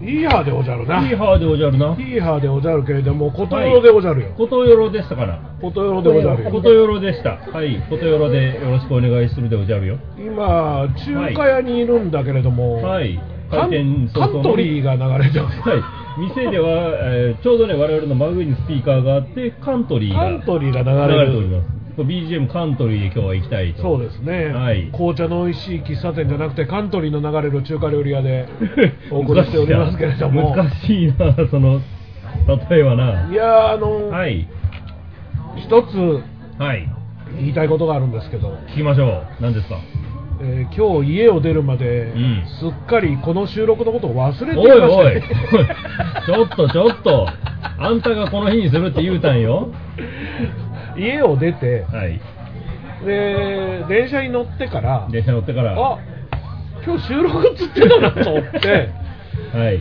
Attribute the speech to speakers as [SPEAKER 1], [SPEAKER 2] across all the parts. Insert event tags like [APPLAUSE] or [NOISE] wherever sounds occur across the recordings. [SPEAKER 1] いいはでおじゃるな。
[SPEAKER 2] いいハーでおじゃるな。
[SPEAKER 1] いいはでおじゃるけれども、ことよろでおじゃるよ。
[SPEAKER 2] ことよろでしたから。
[SPEAKER 1] ことよろでおじゃるよ。
[SPEAKER 2] ことよろでした。はい、ことよろでよろしくお願いするでおじゃるよ。
[SPEAKER 1] 今、中華屋にいるんだけれども、
[SPEAKER 2] はい、
[SPEAKER 1] カ
[SPEAKER 2] 開
[SPEAKER 1] ン
[SPEAKER 2] 店
[SPEAKER 1] カントリー
[SPEAKER 2] が。
[SPEAKER 1] が流れてます。
[SPEAKER 2] はい、店では、えーちょうどね、我々の真上にスピーカーがあって、カントリー
[SPEAKER 1] カ
[SPEAKER 2] が
[SPEAKER 1] ントリーが
[SPEAKER 2] 流
[SPEAKER 1] 流れ
[SPEAKER 2] れており
[SPEAKER 1] る。
[SPEAKER 2] ます。BGM カントリーで今日は行きたいと。 [LAUGHS]
[SPEAKER 1] そうですね、
[SPEAKER 2] はい
[SPEAKER 1] 紅茶の美味しい喫茶店じゃなくてカントリーの流れる中華料理屋でお送りしておりますけれども
[SPEAKER 2] 難しいな、その、例えばな。
[SPEAKER 1] いやーあの、
[SPEAKER 2] はい、
[SPEAKER 1] 一つ
[SPEAKER 2] はい、
[SPEAKER 1] 言いたいことがあるんですけど、
[SPEAKER 2] 聞きましょう。何ですか
[SPEAKER 1] えー今日家を出るまで、
[SPEAKER 2] うん
[SPEAKER 1] すっかりこの収録のことを忘れていま
[SPEAKER 2] おい
[SPEAKER 1] した
[SPEAKER 2] おい、お
[SPEAKER 1] ね
[SPEAKER 2] [LAUGHS] いちょっとちょっと、あんたがこの日にするって言うたんよ。
[SPEAKER 1] [LAUGHS] 家を出て
[SPEAKER 2] はい、
[SPEAKER 1] で電車に乗ってから
[SPEAKER 2] 電車乗ってから。
[SPEAKER 1] あ今日収録っつってたなと思
[SPEAKER 2] [LAUGHS]
[SPEAKER 1] って
[SPEAKER 2] はい、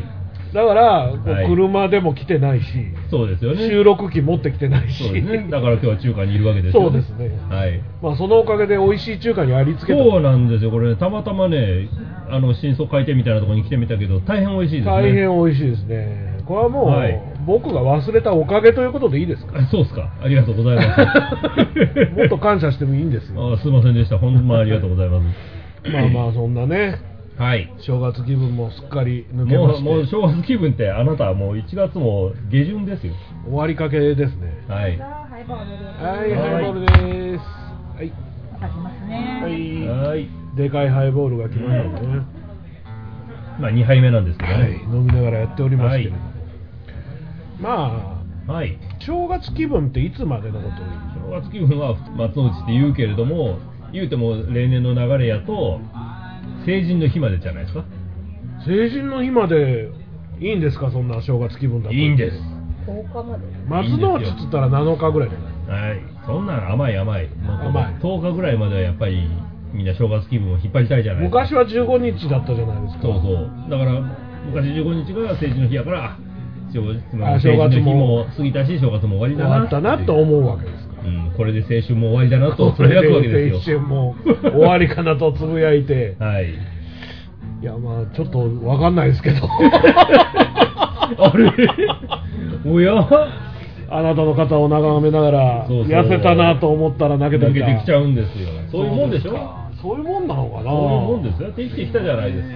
[SPEAKER 1] だから、こう
[SPEAKER 2] はい
[SPEAKER 1] 車でも来てないし、
[SPEAKER 2] そうですよね。
[SPEAKER 1] 収録機持ってきてないし
[SPEAKER 2] そうですね。だから今日は中華にいるわけですよ、
[SPEAKER 1] そうですね
[SPEAKER 2] はい。
[SPEAKER 1] まあそのおかげで美味しい中華にありつけた
[SPEAKER 2] そうなんですよ。これ、ね、たまたまね、あの新装開店みたいなところに来てみたけど、大変美味しいですね。
[SPEAKER 1] 大変美味しいですねこれはもう、
[SPEAKER 2] はい
[SPEAKER 1] 僕が忘れたおかげということでいいです
[SPEAKER 2] [LAUGHS]
[SPEAKER 1] か
[SPEAKER 2] あそうですか。ありがとうございます。
[SPEAKER 1] もっと感謝してもいいんですよ
[SPEAKER 2] [LAUGHS] あすいませんでした。ほんまありがとうございま
[SPEAKER 1] まあまあそんなね
[SPEAKER 2] す。はい。
[SPEAKER 1] 正月気分もすっかり抜けま
[SPEAKER 2] もう、
[SPEAKER 1] して
[SPEAKER 2] もう正月気分って、あなたはもう1月も下旬ですよ。
[SPEAKER 1] 終わりかけですね
[SPEAKER 2] はい。
[SPEAKER 3] ハイボールです。
[SPEAKER 1] はい
[SPEAKER 2] はい
[SPEAKER 1] ハイボールですはい、
[SPEAKER 3] かきます
[SPEAKER 1] は
[SPEAKER 3] ね。
[SPEAKER 1] い
[SPEAKER 2] はい。
[SPEAKER 1] でかいハイボールが来ましたね、
[SPEAKER 2] まあ2杯目なんですけど
[SPEAKER 1] はい
[SPEAKER 2] ね。
[SPEAKER 1] 飲みながらやっておりますけれど、
[SPEAKER 2] はい
[SPEAKER 1] ま
[SPEAKER 2] はい。
[SPEAKER 1] あ正月気分っていつまでのことを言うんでしょう
[SPEAKER 2] 正月気分は松の内って言うけれども、言うても例年の流れやと、成人の日までじゃないですか。
[SPEAKER 1] 成人の日までいいんですかそんな正月気分だと
[SPEAKER 2] いいんです。
[SPEAKER 3] 10日まで。
[SPEAKER 1] 松の内っつったら7日ぐらいじゃない
[SPEAKER 2] はい、そんなん甘い甘い、もっと
[SPEAKER 1] 甘い
[SPEAKER 2] 10日ぐらいまではやっぱりみんな正月気分を引っ張りたいじゃないですか
[SPEAKER 1] 昔は15日だったじゃないですか
[SPEAKER 2] そうそうだから昔15日が成人の日やからあ正つま
[SPEAKER 1] あ
[SPEAKER 2] り成
[SPEAKER 1] 正
[SPEAKER 2] 人の
[SPEAKER 1] 月
[SPEAKER 2] 日
[SPEAKER 1] も
[SPEAKER 2] も過ぎたし正月も終わり
[SPEAKER 1] 終
[SPEAKER 2] だな
[SPEAKER 1] わったなと思うわけですか
[SPEAKER 2] う、うん、これで青春も終わりだな
[SPEAKER 1] ら
[SPEAKER 2] とつぶやくわけで
[SPEAKER 1] 一
[SPEAKER 2] すよ
[SPEAKER 1] 瞬もう終わりかなとつぶやいて
[SPEAKER 2] [LAUGHS] はい
[SPEAKER 1] いやまあちょっとわかんないですけ
[SPEAKER 2] [LAUGHS]
[SPEAKER 1] ど
[SPEAKER 2] あれおや
[SPEAKER 1] あなたの肩を眺めながら
[SPEAKER 2] そうそう
[SPEAKER 1] 痩せたなと思ったら投げて
[SPEAKER 2] 抜
[SPEAKER 1] み
[SPEAKER 2] け
[SPEAKER 1] た
[SPEAKER 2] てきちゃうんですよそういうもんでしょ
[SPEAKER 1] そうすかそういうもんなのかな
[SPEAKER 2] そういうもんですよ定期てきたじゃないですか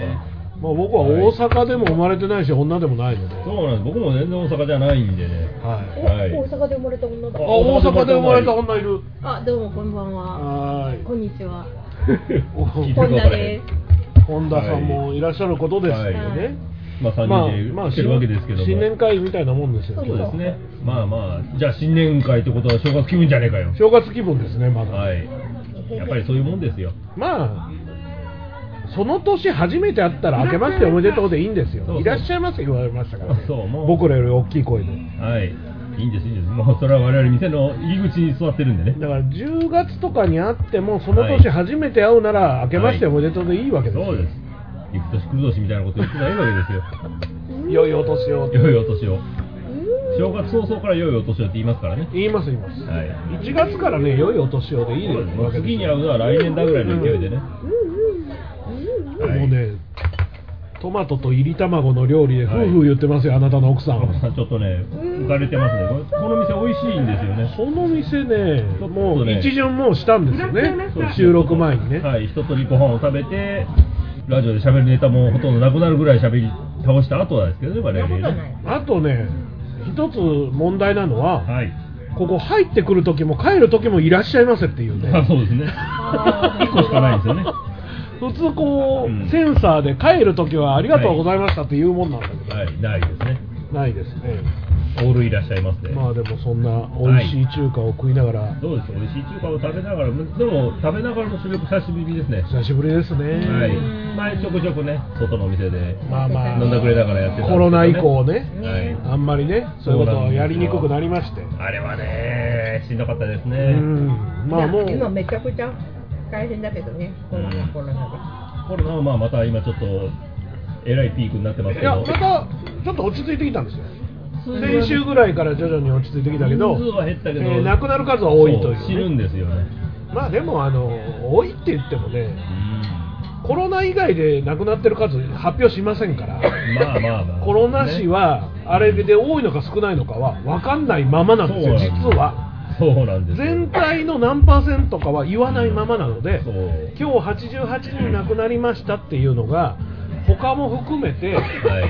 [SPEAKER 1] まあ、僕は大阪でも生まれてないし女でもないので、
[SPEAKER 2] そうなんです僕も全然大阪じゃないんでね
[SPEAKER 1] はい、
[SPEAKER 2] はい
[SPEAKER 3] お大阪で生まれた女だ
[SPEAKER 1] あ。大阪で生まれた女いる
[SPEAKER 3] あ、どうもこんばんは。
[SPEAKER 1] はーい
[SPEAKER 3] こんにちは。
[SPEAKER 1] 聞いて
[SPEAKER 3] 本
[SPEAKER 1] る
[SPEAKER 3] 田です。
[SPEAKER 1] 本田さんもいらっしゃることですよね、
[SPEAKER 2] まあ、3人で来てるわけですけども、
[SPEAKER 1] 新年会みたいなもんですよ、
[SPEAKER 2] そうですね、まあまあ、じゃあ新年会ってことは正月気分じゃねえかよ、
[SPEAKER 1] 正月気分ですね、まだ、
[SPEAKER 2] はい、やっぱりそういうもんですよ、
[SPEAKER 1] まあ、その年初めて会ったら、明けましておめでとうでいいんですよ、
[SPEAKER 2] そうそう
[SPEAKER 1] いらっしゃいませ言われましたから、ね、
[SPEAKER 2] そうもう
[SPEAKER 1] 僕らより大きい声で、
[SPEAKER 2] はい、いいんです、いいんです、もうそれは我々店の入り口に座ってるんでね、
[SPEAKER 1] だから10月とかに会っても、その年初めて会うなら、明けましておめでとうでいいわけですよ、
[SPEAKER 2] そうです、行く年来る年みたいなこと言ってないわけですよ、
[SPEAKER 1] 良いお年を
[SPEAKER 2] 良いお年を、正月早々から良いお年をって言いますからね、
[SPEAKER 1] 言います、言います、
[SPEAKER 2] はい、
[SPEAKER 1] 1月からね、良いお年をでいいです
[SPEAKER 2] もう次に会うのは来年だぐらいの勢いでね、はい
[SPEAKER 1] もうね、トマトといり卵の料理で、ふ
[SPEAKER 2] はいう
[SPEAKER 1] ふう言ってますよ、あなたの奥さん。
[SPEAKER 2] ちょっとね、浮かれてますね、これこの店、美味しいんですよね。
[SPEAKER 1] その店ね、も
[SPEAKER 2] そう
[SPEAKER 1] う
[SPEAKER 2] ね
[SPEAKER 1] 一巡もうしたんですよね
[SPEAKER 2] そうで、す
[SPEAKER 1] 収録前にね。
[SPEAKER 2] はい、一通りご飯を食べて、ラジオで喋るネタもほとんどなくなるぐらい喋り倒した後はですけどね、我々ね。
[SPEAKER 1] あとね、一つ問題なのは、
[SPEAKER 2] はい。
[SPEAKER 1] ここ入ってくる時も帰る時もいらっしゃいませっていう
[SPEAKER 2] [LAUGHS] あ
[SPEAKER 1] ね、
[SPEAKER 2] そうですね。
[SPEAKER 3] あー
[SPEAKER 2] 1個しかないんですよね。は
[SPEAKER 1] [LAUGHS] 普通こ
[SPEAKER 2] うん
[SPEAKER 1] う、センサーで帰る時はありがとうございましたっていうもんなんだけど、
[SPEAKER 2] い、ないですね。
[SPEAKER 1] ないですね。
[SPEAKER 2] オールいらっしゃいますね。
[SPEAKER 1] まあでもそんな美味しい中華を食いながら、
[SPEAKER 2] どうです美味しい中華を食べながら、でも食べながらの収録久しぶりですね。
[SPEAKER 1] 久しぶりです
[SPEAKER 2] は
[SPEAKER 1] ね
[SPEAKER 2] い。。前ちょくちょくね、外のお店で
[SPEAKER 1] まあまあ
[SPEAKER 2] 飲んだくれながらやってたんですけどね
[SPEAKER 1] コロナ以降ね、
[SPEAKER 2] はい。
[SPEAKER 1] あんまりね、そういうことをやりにくくなりまして。
[SPEAKER 2] あれはね、しんどかったです
[SPEAKER 1] う
[SPEAKER 2] ね。
[SPEAKER 1] ん、まあもう、
[SPEAKER 3] 今めちゃくちゃ大変だけどね。コロナコロナ
[SPEAKER 2] コロナはまあまた今ちょっとえらいピークになってます
[SPEAKER 1] い
[SPEAKER 2] け
[SPEAKER 1] や、
[SPEAKER 2] ど
[SPEAKER 1] またちょっと落ち着いてきたんですよ。先週ぐらいから徐々に落ち着いてきたけど、
[SPEAKER 2] 人数は減ったけど、
[SPEAKER 1] えー亡くなる数は多いというね
[SPEAKER 2] そ死ぬんですよね
[SPEAKER 1] まあでもあの多いって言ってもね、
[SPEAKER 2] うん
[SPEAKER 1] コロナ以外で亡くなってる数発表しませんから
[SPEAKER 2] まあまあまあ
[SPEAKER 1] [LAUGHS] コロナ死はあれで多いのか少ないのかは分かんないままなんですよ
[SPEAKER 2] そうなんです
[SPEAKER 1] 実は
[SPEAKER 2] そうなんですよ
[SPEAKER 1] 全体の何パーセントかは言わないままなので
[SPEAKER 2] そう
[SPEAKER 1] 今日88人亡くなりましたっていうのが他も含めて
[SPEAKER 2] はい [LAUGHS]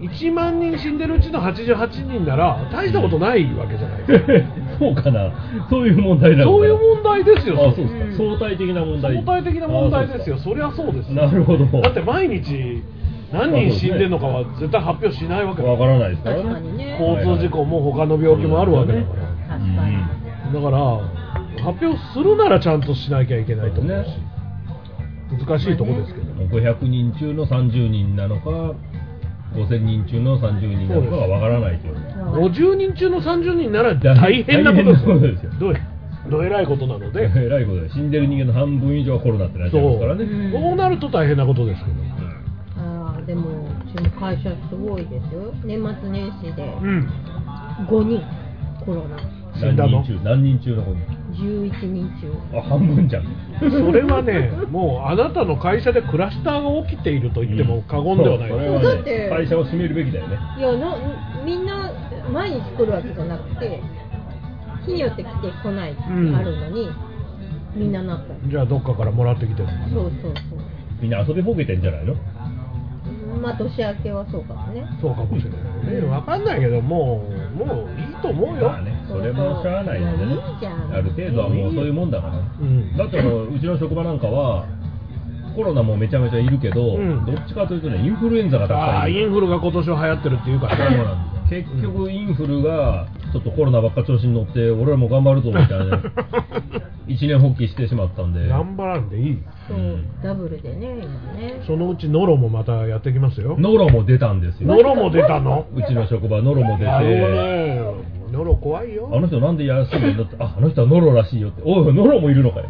[SPEAKER 1] 1万人死んでるうちの88人なら大したことないわけじゃないですか
[SPEAKER 2] そうかなそういう問題なのかな
[SPEAKER 1] そういう問題ですよ
[SPEAKER 2] あそうですか、
[SPEAKER 3] うん
[SPEAKER 2] 相対的な問題
[SPEAKER 1] 相対的な問題ですよ
[SPEAKER 2] あ
[SPEAKER 1] そりゃそうです
[SPEAKER 2] そうかなるほど
[SPEAKER 1] だって毎日何人死んでるのかは絶対発表しないわけだ
[SPEAKER 2] わからないですからね
[SPEAKER 3] 確かにね
[SPEAKER 1] 交通事故も他の病気もあるわけだから
[SPEAKER 3] 確か
[SPEAKER 2] う
[SPEAKER 3] に
[SPEAKER 2] ん
[SPEAKER 1] だから発表するならちゃんとしなきゃいけないと思うし、
[SPEAKER 2] ね
[SPEAKER 1] 難しいとこですけど、
[SPEAKER 2] 500人中の30人なのか5000人中の30人なのかがわからないという
[SPEAKER 1] 50人中の30人なら大変なことですよ
[SPEAKER 2] 大変なことですよ
[SPEAKER 1] どうどえらいことなので
[SPEAKER 2] [LAUGHS] えらいことで死んでる人間の半分以上はコロナってなっちゃいますからね
[SPEAKER 3] そううん
[SPEAKER 1] そうなると大変なことですけど、
[SPEAKER 3] ああでもうちの会社すごいですよ年末年始で
[SPEAKER 1] うん、
[SPEAKER 3] 5人コロナ
[SPEAKER 1] 死んだの
[SPEAKER 2] 何人中何人中の子に
[SPEAKER 3] 11人中
[SPEAKER 2] あ半分じゃん
[SPEAKER 1] それはね、もうあなたの会社でクラスターが起きていると言っても過言ではない、
[SPEAKER 2] そうそれ
[SPEAKER 3] はだって
[SPEAKER 2] ね、会社を閉めるべきだよね
[SPEAKER 3] いやのみんな毎日来るわけじゃなくて日によって来て来ないってあ
[SPEAKER 1] うん
[SPEAKER 3] るのに、みんななった
[SPEAKER 1] じゃあどっかからもらってきてる
[SPEAKER 3] そうそう
[SPEAKER 2] みんな遊びほうけてんじゃないの
[SPEAKER 3] そうまあ年明けはそうかもね
[SPEAKER 1] そうかもしれないね分かんないけどもうもういいと思うよ、
[SPEAKER 2] まあねそれもしゃあないよね
[SPEAKER 3] いやいいじゃん
[SPEAKER 2] ある程度はもうそういうもんだからね
[SPEAKER 1] うん
[SPEAKER 2] だってもううちの職場なんかはコロナもめちゃめちゃいるけど、
[SPEAKER 1] うん
[SPEAKER 2] どっちかというとねインフルエンザがたく
[SPEAKER 1] あ
[SPEAKER 2] さ
[SPEAKER 1] あ
[SPEAKER 2] んい
[SPEAKER 1] イ
[SPEAKER 2] る
[SPEAKER 1] ンフルが今年は流行ってるっていうから
[SPEAKER 2] そう
[SPEAKER 1] ね
[SPEAKER 2] なんですよ結局インフルがちょっとコロナばっか調子に乗って俺らも頑張るぞみたいな
[SPEAKER 1] [LAUGHS]
[SPEAKER 2] 一年発起してしまったん
[SPEAKER 1] [LAUGHS]
[SPEAKER 2] で
[SPEAKER 1] 頑張らんでいい
[SPEAKER 3] そう、
[SPEAKER 2] うん
[SPEAKER 3] ダブルでね今ね
[SPEAKER 1] そのうちノロもまたやってきますよ
[SPEAKER 2] ノロも出たんです
[SPEAKER 1] ノ
[SPEAKER 2] よ
[SPEAKER 1] ロも出たの
[SPEAKER 2] うちの職場ノロも出て
[SPEAKER 1] なるほどねノロ怖い
[SPEAKER 2] あの
[SPEAKER 1] よ
[SPEAKER 2] 人なんで休んでんだってああの人はノロらしいよっておいノロもいるのかよ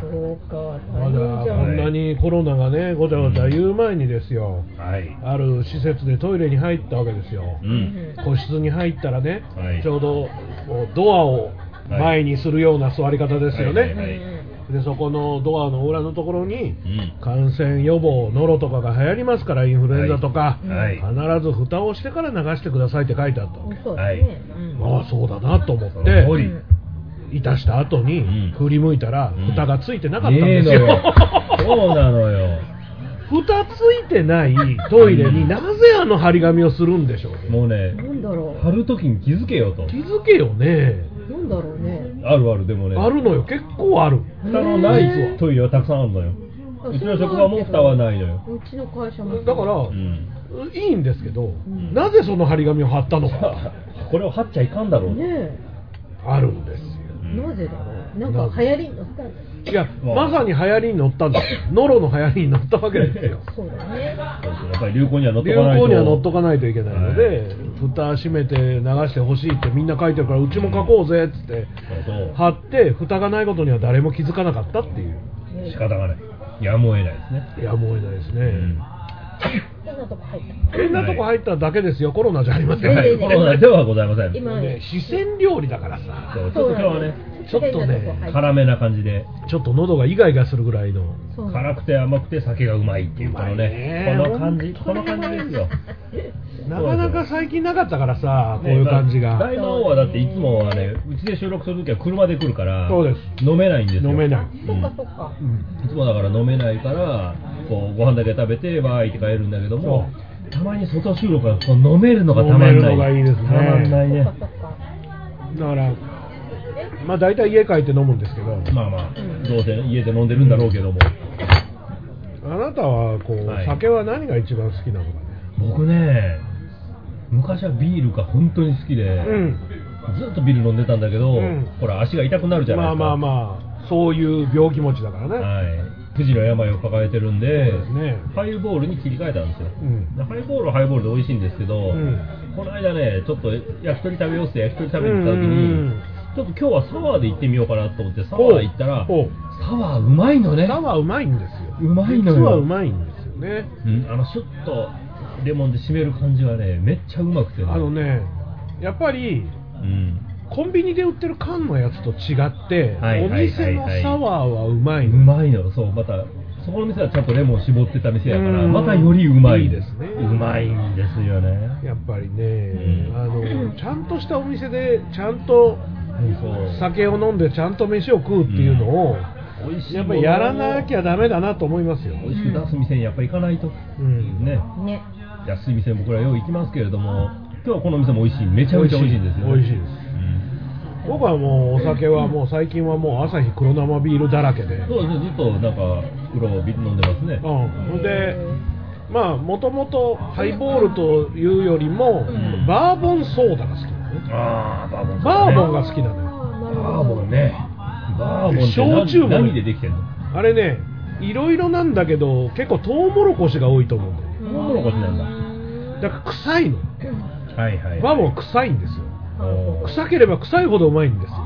[SPEAKER 3] そうか
[SPEAKER 1] ま
[SPEAKER 3] 大
[SPEAKER 1] だ
[SPEAKER 3] 変じゃ
[SPEAKER 1] こん
[SPEAKER 3] ん
[SPEAKER 1] なにコロナがねごちゃごちゃ言う前にですよ
[SPEAKER 2] はい
[SPEAKER 1] ある施設でトイレに入ったわけですよ
[SPEAKER 2] うん
[SPEAKER 1] 個室に入ったらね、
[SPEAKER 2] はい
[SPEAKER 1] ちょうどこうドアを前にするような座り方ですよね、
[SPEAKER 2] はいはい
[SPEAKER 1] でそこのドアの裏のところに
[SPEAKER 2] うん
[SPEAKER 1] 感染予防ノロとかが流行りますからインフルエンザとか、
[SPEAKER 2] はい
[SPEAKER 1] 必ず蓋をしてから流してくださいって書いてあったわけ、
[SPEAKER 3] そうだね、
[SPEAKER 2] はい
[SPEAKER 3] うん
[SPEAKER 1] ああそうだなと思
[SPEAKER 2] そ
[SPEAKER 1] っ
[SPEAKER 2] の通
[SPEAKER 1] て
[SPEAKER 2] り
[SPEAKER 3] うん
[SPEAKER 1] いたした後
[SPEAKER 2] うん
[SPEAKER 1] に振り向いたら
[SPEAKER 2] うん
[SPEAKER 1] 蓋がついてなかったんですよ、
[SPEAKER 2] ねえのよそうなのよ
[SPEAKER 1] 蓋ついてないトイレになぜあの張り紙をするんでしょうね
[SPEAKER 2] もうね
[SPEAKER 3] なんだろ
[SPEAKER 2] 貼るときに気づけよと
[SPEAKER 1] 気づけよね
[SPEAKER 3] うなんだろうね
[SPEAKER 2] あるあるでもね
[SPEAKER 1] あるのよ結構ある
[SPEAKER 2] 蓋のないトイレはたくさんあるのようちの職場も蓋はないのよ
[SPEAKER 3] うちの会社も
[SPEAKER 1] だから、
[SPEAKER 2] うん
[SPEAKER 1] いいんですけど、
[SPEAKER 3] ん
[SPEAKER 1] なぜその張り紙を貼ったのか
[SPEAKER 2] これを貼っちゃいかんだろうと
[SPEAKER 3] ね
[SPEAKER 1] あるんですよ
[SPEAKER 2] う
[SPEAKER 3] え
[SPEAKER 2] ん
[SPEAKER 3] なぜだろうなんか流行りの蓋
[SPEAKER 1] いや、
[SPEAKER 2] うん
[SPEAKER 1] まさに流行りに乗
[SPEAKER 2] [LAUGHS]
[SPEAKER 1] ったんですよノロの流行りに乗ったわけですよ
[SPEAKER 3] そうだね
[SPEAKER 2] そうそうやっぱり流行には乗っと
[SPEAKER 1] 流
[SPEAKER 2] かないと
[SPEAKER 1] 行には乗っとかないといけないので、
[SPEAKER 2] はい
[SPEAKER 1] 蓋閉めて流してほしいってみんな書いてるからうちも書こうぜっつって
[SPEAKER 2] そう
[SPEAKER 1] 貼って蓋がないことには誰も気づかなかったっていう
[SPEAKER 2] そう仕方がないやむを得ないですね
[SPEAKER 1] やむを得ないですね、
[SPEAKER 2] うん
[SPEAKER 3] 変なとこ入っ
[SPEAKER 1] 変なとこ入っただけですよコロナじゃありません、
[SPEAKER 3] は
[SPEAKER 2] はいいコロナではございません
[SPEAKER 3] 今
[SPEAKER 2] そ
[SPEAKER 1] も
[SPEAKER 2] う
[SPEAKER 3] は
[SPEAKER 1] う
[SPEAKER 3] い
[SPEAKER 1] ね四川料理だからさ
[SPEAKER 2] ちょ
[SPEAKER 3] た
[SPEAKER 2] っと今日はね
[SPEAKER 1] ちょっとね
[SPEAKER 3] 変なとこ入った
[SPEAKER 2] 辛めな感じで
[SPEAKER 1] ちょっと喉がイガイガするぐらいの
[SPEAKER 3] そうな
[SPEAKER 2] 辛くて甘くて酒がうまいっていうこの
[SPEAKER 1] うまい
[SPEAKER 2] ね
[SPEAKER 1] ね
[SPEAKER 2] この感じこの感じですよ
[SPEAKER 1] なかなか最近なかったからさこういう感じ
[SPEAKER 2] ね
[SPEAKER 1] が、
[SPEAKER 2] まあ大魔王はだっていつもはねうちで収録するときは車で来るから
[SPEAKER 1] そうです
[SPEAKER 2] 飲めないんですよ
[SPEAKER 1] 飲めない
[SPEAKER 3] そうかそうか
[SPEAKER 1] うん
[SPEAKER 2] いつもだから飲めないからこうご飯だけ食べてバーイって帰るんだけどもたまに外収録はこう飲めるのがたまんない
[SPEAKER 1] 飲めるのがいいですね
[SPEAKER 2] たまんないね
[SPEAKER 3] そうかそうか
[SPEAKER 1] だからまあ大体家帰って飲むんですけど
[SPEAKER 2] まあまあ、
[SPEAKER 3] うん
[SPEAKER 2] どうせ家で飲んでるんだろうけども
[SPEAKER 1] あなたはこう、
[SPEAKER 2] はい
[SPEAKER 1] 酒は何が一番好きなのかね
[SPEAKER 2] 僕ね昔はビールが本当に好きで、
[SPEAKER 1] うん
[SPEAKER 2] ずっとビール飲んでたんだけど、
[SPEAKER 1] うん
[SPEAKER 2] ほら足が痛くなるじゃな
[SPEAKER 1] まあ
[SPEAKER 2] いですか
[SPEAKER 1] まあまあそういう病気持ちだからね、
[SPEAKER 2] はい、富士の病を抱えてるんで
[SPEAKER 1] そうですね
[SPEAKER 2] ハイボールに切り替えたんですよ、
[SPEAKER 1] うん
[SPEAKER 2] でハイボールはハイボールで美味しいんですけど、
[SPEAKER 1] ん
[SPEAKER 2] この間ねちょっと焼き鳥食べようって焼き鳥食べに行った時に、
[SPEAKER 1] うんうんうん
[SPEAKER 2] ちょっと今日はサワーで行ってみようかなと思ってサワー行ったら
[SPEAKER 1] ほうほう
[SPEAKER 2] サワーうまいのね
[SPEAKER 1] 歌はうまいんですよ
[SPEAKER 2] うまいのよ
[SPEAKER 1] 実はうまいんですよね
[SPEAKER 2] うん、あのシュッとレモンで締める感じはねめっちゃうまくてね
[SPEAKER 1] あのねやっぱり
[SPEAKER 2] うん、
[SPEAKER 1] コンビニで売ってる缶のやつと違って、
[SPEAKER 2] はいはいはいはい
[SPEAKER 1] お店のサワーはうま
[SPEAKER 2] う
[SPEAKER 1] いの
[SPEAKER 2] まいのそうまたそこの店はちゃんとレモン絞ってた店やから
[SPEAKER 1] うん
[SPEAKER 2] またよりうまい
[SPEAKER 1] いいですね
[SPEAKER 2] うまいんですよね
[SPEAKER 1] やっぱりね、
[SPEAKER 2] ん
[SPEAKER 1] あのちゃんとしたお店でちゃんと
[SPEAKER 2] そう
[SPEAKER 1] 酒を飲んでちゃんと飯を食うっていうのを、
[SPEAKER 2] 美味しい
[SPEAKER 1] やっ
[SPEAKER 2] も
[SPEAKER 1] ぱ
[SPEAKER 2] の
[SPEAKER 1] り
[SPEAKER 2] を
[SPEAKER 1] やらなきゃダメだなと思いますよ、
[SPEAKER 2] 美味しく出す店にやっぱ行かないと、
[SPEAKER 1] うん
[SPEAKER 2] ね
[SPEAKER 3] ね
[SPEAKER 2] 安い店僕らよう行きますけれども今日はこの店も美味しいめちゃめちゃ美味しいんですよ、
[SPEAKER 1] 美味しいです僕はもうお酒はもう最近はもう朝日黒生ビールだらけで、
[SPEAKER 2] うん、そうですねずっとなんか黒を飲んでますね、
[SPEAKER 1] うん、ほんで、まあ、もともとハイボールというよりも、
[SPEAKER 2] ん
[SPEAKER 1] バーボンソーダが好きなのね、
[SPEAKER 2] ああバーボン、
[SPEAKER 1] バーボン
[SPEAKER 2] が
[SPEAKER 1] が好きなのよ、
[SPEAKER 2] バーボンねバーボンって
[SPEAKER 1] 焼酎もね
[SPEAKER 2] 何何でできてんの
[SPEAKER 1] あれね、いろいろなんだけど、結構トウモロコシが多いと思うんだよね、
[SPEAKER 2] トウモロコシなんだ
[SPEAKER 1] だから臭いの、
[SPEAKER 2] はいは
[SPEAKER 1] バーボンは臭いんですよ、
[SPEAKER 2] おー
[SPEAKER 1] 臭ければ臭いほどうまいんですよ、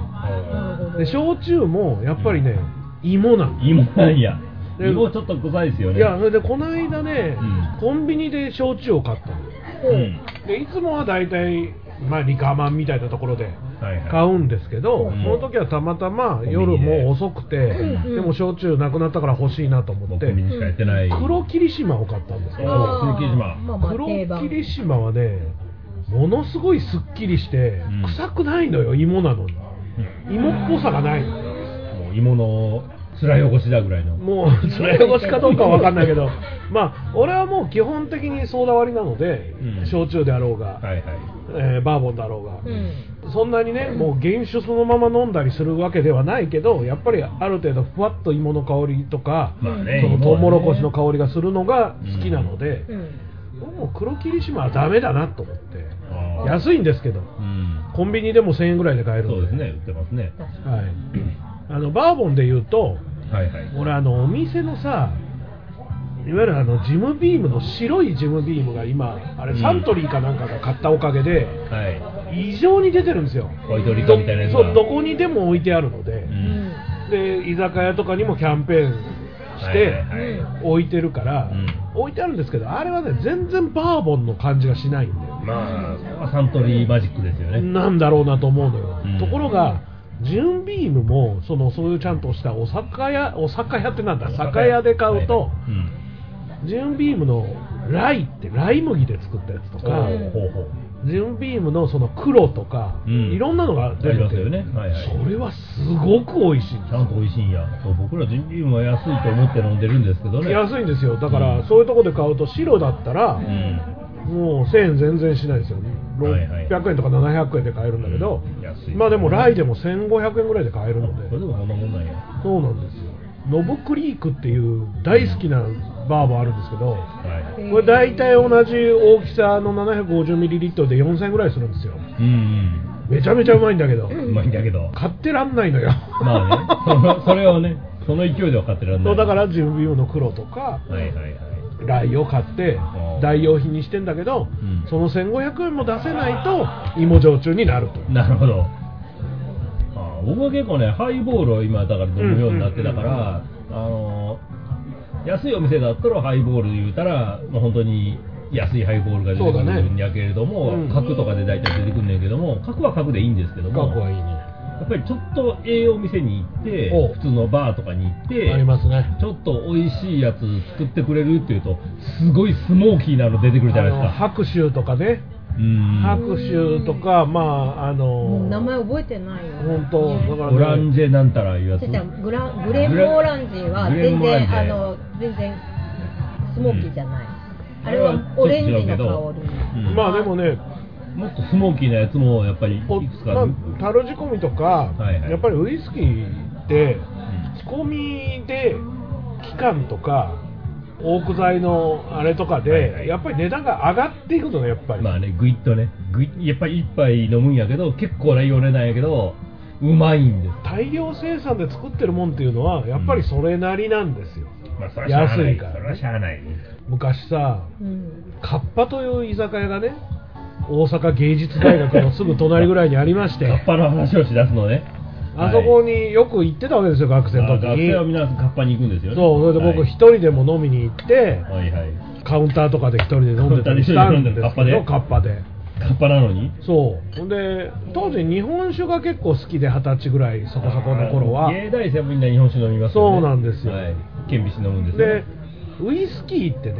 [SPEAKER 2] お
[SPEAKER 1] で焼酎もやっぱりね、芋なの
[SPEAKER 2] ー。芋なんや
[SPEAKER 1] で
[SPEAKER 2] 芋ちょっと臭いですよね
[SPEAKER 1] いやそれでこの間ね、
[SPEAKER 2] うん
[SPEAKER 1] コンビニで焼酎を買ったの
[SPEAKER 2] うん
[SPEAKER 1] でいつもは大体、まあ、リカマンみたいなところで
[SPEAKER 2] はいはい
[SPEAKER 1] 買うんですけど、
[SPEAKER 2] うん
[SPEAKER 1] その時はたまたま夜もう遅くて、
[SPEAKER 2] うん
[SPEAKER 1] でも焼酎なくなったから欲しいなと思
[SPEAKER 2] も
[SPEAKER 1] っ
[SPEAKER 2] う
[SPEAKER 1] て、
[SPEAKER 2] コンビニしかやってない
[SPEAKER 1] 黒霧島を買ったんですけど、
[SPEAKER 2] あー黒霧島
[SPEAKER 3] まあまあ
[SPEAKER 1] 黒
[SPEAKER 3] 定番
[SPEAKER 1] 霧島はねものすごいすっきりして
[SPEAKER 2] うん
[SPEAKER 1] 臭くないのよ芋なのに
[SPEAKER 2] う
[SPEAKER 1] 芋っぽさがないの
[SPEAKER 2] もう芋の面汚しだぐらいの
[SPEAKER 1] もう面汚しかどうかは分かんないけ
[SPEAKER 2] [LAUGHS]
[SPEAKER 1] どまあ俺はもう基本的にソーダ割りなので、
[SPEAKER 2] うん
[SPEAKER 1] 焼酎であろうが、
[SPEAKER 2] はいはい
[SPEAKER 1] えーバーボンだろうが、
[SPEAKER 3] うん
[SPEAKER 1] そんなにね、もう原酒そのまま飲んだりするわけではないけど、やっぱりある程度、ふわっと芋の香りとか、
[SPEAKER 2] まあね
[SPEAKER 1] その
[SPEAKER 2] 芋
[SPEAKER 1] ト
[SPEAKER 2] は
[SPEAKER 1] ウ
[SPEAKER 2] ね
[SPEAKER 1] モロコシの香りがするのが好きなので、
[SPEAKER 3] うん
[SPEAKER 1] もう黒霧島はダメだなと思って、
[SPEAKER 2] あー
[SPEAKER 1] 安いんですけど、
[SPEAKER 2] うん
[SPEAKER 1] コンビニでも1000円ぐらいで買えるん
[SPEAKER 2] そうですね売ってますね
[SPEAKER 1] はい、あのバーボンで言うと、
[SPEAKER 2] はいはい
[SPEAKER 1] 俺、あのお店のさ、いわゆるあのジムビームの白いジムビームが今、あ
[SPEAKER 2] う
[SPEAKER 1] れ、
[SPEAKER 2] ん
[SPEAKER 1] サントリーかなんかが買ったおかげで、
[SPEAKER 2] はい
[SPEAKER 1] 異常に出てるんですよ。
[SPEAKER 2] ホワイトリカみたいなやつが
[SPEAKER 1] そうどこにでも置いてあるので,、
[SPEAKER 2] う
[SPEAKER 3] うんん
[SPEAKER 1] で居酒屋とかにもキャンペーンし
[SPEAKER 2] は
[SPEAKER 1] て
[SPEAKER 2] いはいは
[SPEAKER 1] 置いてるから、
[SPEAKER 2] うん
[SPEAKER 1] 置いてあるんですけどあれはね全然バーボンの感じがしないん
[SPEAKER 2] いまあそれはサントリーマジックですよ
[SPEAKER 1] だよ、
[SPEAKER 2] ね
[SPEAKER 1] なんだろうなと思うのよ、
[SPEAKER 2] うん
[SPEAKER 1] ところがジュンビームもそのそういうちゃんとしたお酒屋お酒屋ってなんだ酒屋で買うと、
[SPEAKER 2] はいはいうん
[SPEAKER 1] ジュンビームのライってライ麦で作ったやつとか、
[SPEAKER 3] うん
[SPEAKER 2] ほうほう
[SPEAKER 1] ジュンビームのその黒とか、
[SPEAKER 2] うん
[SPEAKER 1] いろんなのが出てて
[SPEAKER 2] ありますよねはいはい
[SPEAKER 1] それはすごく美味しいんです
[SPEAKER 2] ちゃんと美味しいんやそう僕らジンビームは安いと思って飲んでるんですけどね
[SPEAKER 1] 安いんですよだから、
[SPEAKER 2] うん
[SPEAKER 1] そういうとこで買うと白だったら、
[SPEAKER 2] うん
[SPEAKER 1] もう1000円全然しないですよね
[SPEAKER 2] はいはい
[SPEAKER 1] 600円とか700円で買えるんだけど、
[SPEAKER 2] うん安い
[SPEAKER 1] まあでもライでも1500円ぐらいで買えるの
[SPEAKER 2] それ
[SPEAKER 1] で
[SPEAKER 2] でもそんなもんなんや
[SPEAKER 1] そうなんですよノブクリークっていう大好きなバーもあるんですけど
[SPEAKER 2] はい
[SPEAKER 1] これ大体同じ大きさの 750ml で4000円ぐらいするんですよ
[SPEAKER 2] うん
[SPEAKER 1] めちゃめちゃうまいんだけど
[SPEAKER 2] うんうまいんだけど
[SPEAKER 1] 買ってらんないのよ
[SPEAKER 2] まあねそそれをねその勢いでは買ってら
[SPEAKER 1] [LAUGHS]
[SPEAKER 2] んな
[SPEAKER 1] そう
[SPEAKER 2] い
[SPEAKER 1] だかららジムビームの黒とか
[SPEAKER 2] はいはいはい
[SPEAKER 1] ライを買って
[SPEAKER 2] あー
[SPEAKER 1] 代用品にしてんだけど、
[SPEAKER 2] うん
[SPEAKER 1] その1500円も出せないと芋焼酎になると
[SPEAKER 2] なるほど。あ僕は結構ね、ハイボールを今、だから飲むようになってたから、あの安いお店だったらハイボール言うたら、まあ、本当に安いハイボールが出てく
[SPEAKER 1] そうだね
[SPEAKER 2] るんやけれども、
[SPEAKER 1] うん
[SPEAKER 2] 角とかで大体出てくんねんけども、角は角でいいんですけども、
[SPEAKER 1] 過去はいいね
[SPEAKER 2] やっぱりちょっとええお店に行って
[SPEAKER 1] お、
[SPEAKER 2] 普通のバーとかに行って、
[SPEAKER 1] ありますね
[SPEAKER 2] ちょっと美味しいやつ作ってくれるっていうと、すごいスモーキーなの出てくるじゃないです
[SPEAKER 1] あの
[SPEAKER 2] か。
[SPEAKER 1] 白州とかね
[SPEAKER 2] うん
[SPEAKER 1] 白州とかまああ
[SPEAKER 3] も
[SPEAKER 1] の
[SPEAKER 3] う名前覚えてないよ
[SPEAKER 1] 本当だから、ね、
[SPEAKER 2] オランジェなんたらいうやつ
[SPEAKER 3] ちっちゃいグラグレンモオランジーは全
[SPEAKER 2] グレンモオ
[SPEAKER 3] 然
[SPEAKER 2] ラ
[SPEAKER 3] あ
[SPEAKER 2] ンジー
[SPEAKER 3] の全然スモーキーじゃな
[SPEAKER 2] う
[SPEAKER 3] い、
[SPEAKER 2] ん
[SPEAKER 3] あれはオレンジの香り
[SPEAKER 2] うん
[SPEAKER 1] まあでもね
[SPEAKER 2] もっとスモーキーなやつもやっぱりい
[SPEAKER 1] お
[SPEAKER 2] くつか、
[SPEAKER 1] まあ、樽仕込みとか、
[SPEAKER 2] はいはい
[SPEAKER 1] やっぱりウイスキーって
[SPEAKER 2] う
[SPEAKER 1] 仕込みで期間とかオーク材のあれとかで、
[SPEAKER 2] はいはい
[SPEAKER 1] やっぱり値段が上がっていくのねやっぱり、
[SPEAKER 2] まあねグイッとねグイッやっぱり一杯飲むんやけど結構な容量なんやけどうまいんです
[SPEAKER 1] 大量生産で作ってるもんっていうのはやっぱりそれなりなんですよ、
[SPEAKER 2] まあそ
[SPEAKER 1] れはしゃあない安いからそれは
[SPEAKER 2] しゃあない
[SPEAKER 1] 昔さ
[SPEAKER 3] うん
[SPEAKER 1] カッパという居酒屋がね大阪芸術大学のすぐ隣ぐらいにありまして
[SPEAKER 2] [LAUGHS] カッパの話をしだすのね
[SPEAKER 1] あそこ
[SPEAKER 2] に
[SPEAKER 1] によく行ってたわけですよ学生の時
[SPEAKER 2] 学
[SPEAKER 1] に
[SPEAKER 2] 生は皆さんカッパに行くんですよね
[SPEAKER 1] そうそれで僕一人でも飲みに行って、
[SPEAKER 2] はいはいはい
[SPEAKER 1] カウンターとかで一人で飲んでたりしたんです
[SPEAKER 2] カ
[SPEAKER 1] け
[SPEAKER 2] ッパで
[SPEAKER 1] どカッパで
[SPEAKER 2] カッパなのに
[SPEAKER 1] そうほんで当時日本酒が結構好きで二十歳ぐらいそこそこの頃は
[SPEAKER 2] 芸大生もみんな日本酒飲みますよね
[SPEAKER 1] そうなんですよ
[SPEAKER 2] はい顕微鏡飲むんですよね
[SPEAKER 1] でウイスキーってね、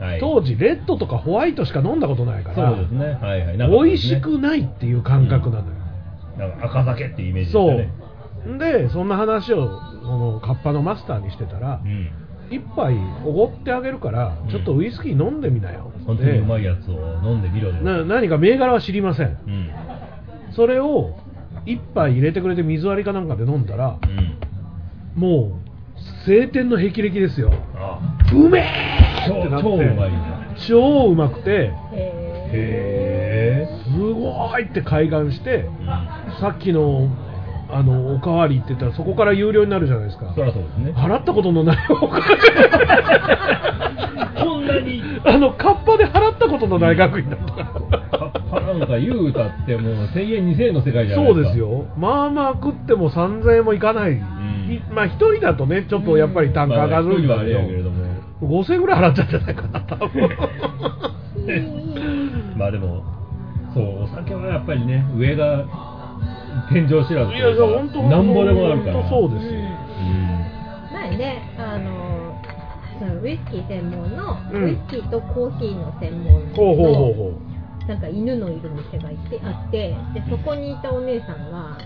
[SPEAKER 2] はい
[SPEAKER 1] 当時レッドとかホワイトしか飲んだことないから
[SPEAKER 2] そうですねはいはいなんか
[SPEAKER 1] 美味しくないっていう感覚なのよ、
[SPEAKER 2] なんか赤酒ってイメージでした
[SPEAKER 1] そ
[SPEAKER 2] ね
[SPEAKER 1] うでそんな話をこのカッパのマスターにしてたら
[SPEAKER 2] うん
[SPEAKER 1] 一杯おごってあげるから
[SPEAKER 2] うん
[SPEAKER 1] ちょっとウイスキー飲んでみなよ
[SPEAKER 2] 本当にうまいやつを飲んでみろよ
[SPEAKER 1] でな何か銘柄は知りません
[SPEAKER 2] うん
[SPEAKER 1] それを一杯入れてくれて水割りかなんかで飲んだら
[SPEAKER 2] うん
[SPEAKER 1] もう晴天の霹靂ですよ
[SPEAKER 2] あ
[SPEAKER 1] うめえってな
[SPEAKER 2] 超
[SPEAKER 1] って
[SPEAKER 2] 超うまいね
[SPEAKER 1] 超うまくて
[SPEAKER 2] へえ
[SPEAKER 1] すごいって開眼して
[SPEAKER 2] うん
[SPEAKER 1] さっきのあのおかわりって言ったらそこから有料になるじゃないですか
[SPEAKER 2] そりゃそうですね
[SPEAKER 1] 払ったことのないお金
[SPEAKER 2] [LAUGHS] こんなに
[SPEAKER 1] あのカッパで払ったことのない額になったから
[SPEAKER 2] カッパなんか言うたってもう1000円2000円の世界じゃない
[SPEAKER 1] そ
[SPEAKER 2] ですか
[SPEAKER 1] うですよまあまあ食っても3000円もいかない、
[SPEAKER 2] ん
[SPEAKER 1] いまあ一人だとねちょっとやっぱり単価上がるん
[SPEAKER 2] まあ一人は
[SPEAKER 1] だ
[SPEAKER 2] あ
[SPEAKER 1] け
[SPEAKER 2] れ
[SPEAKER 1] ど
[SPEAKER 2] やけれども
[SPEAKER 1] 5000円ぐらい払っちゃうんじゃないかな多分
[SPEAKER 2] [LAUGHS] まあでもそうお酒はやっぱりね上が天井知らずと
[SPEAKER 1] い
[SPEAKER 2] い
[SPEAKER 1] や
[SPEAKER 2] う
[SPEAKER 1] い
[SPEAKER 2] か
[SPEAKER 1] や本当
[SPEAKER 2] なんぼでもあるか
[SPEAKER 1] 本
[SPEAKER 2] ら
[SPEAKER 1] 当そうですよ、
[SPEAKER 2] うん
[SPEAKER 3] 前ね、あのそのウイスキー専門の、
[SPEAKER 1] うん
[SPEAKER 3] ウイスキーとコーヒーの専門の
[SPEAKER 1] ほうほうほうほ
[SPEAKER 3] なんか犬のいる店がいてあってでそこにいたお姉さんが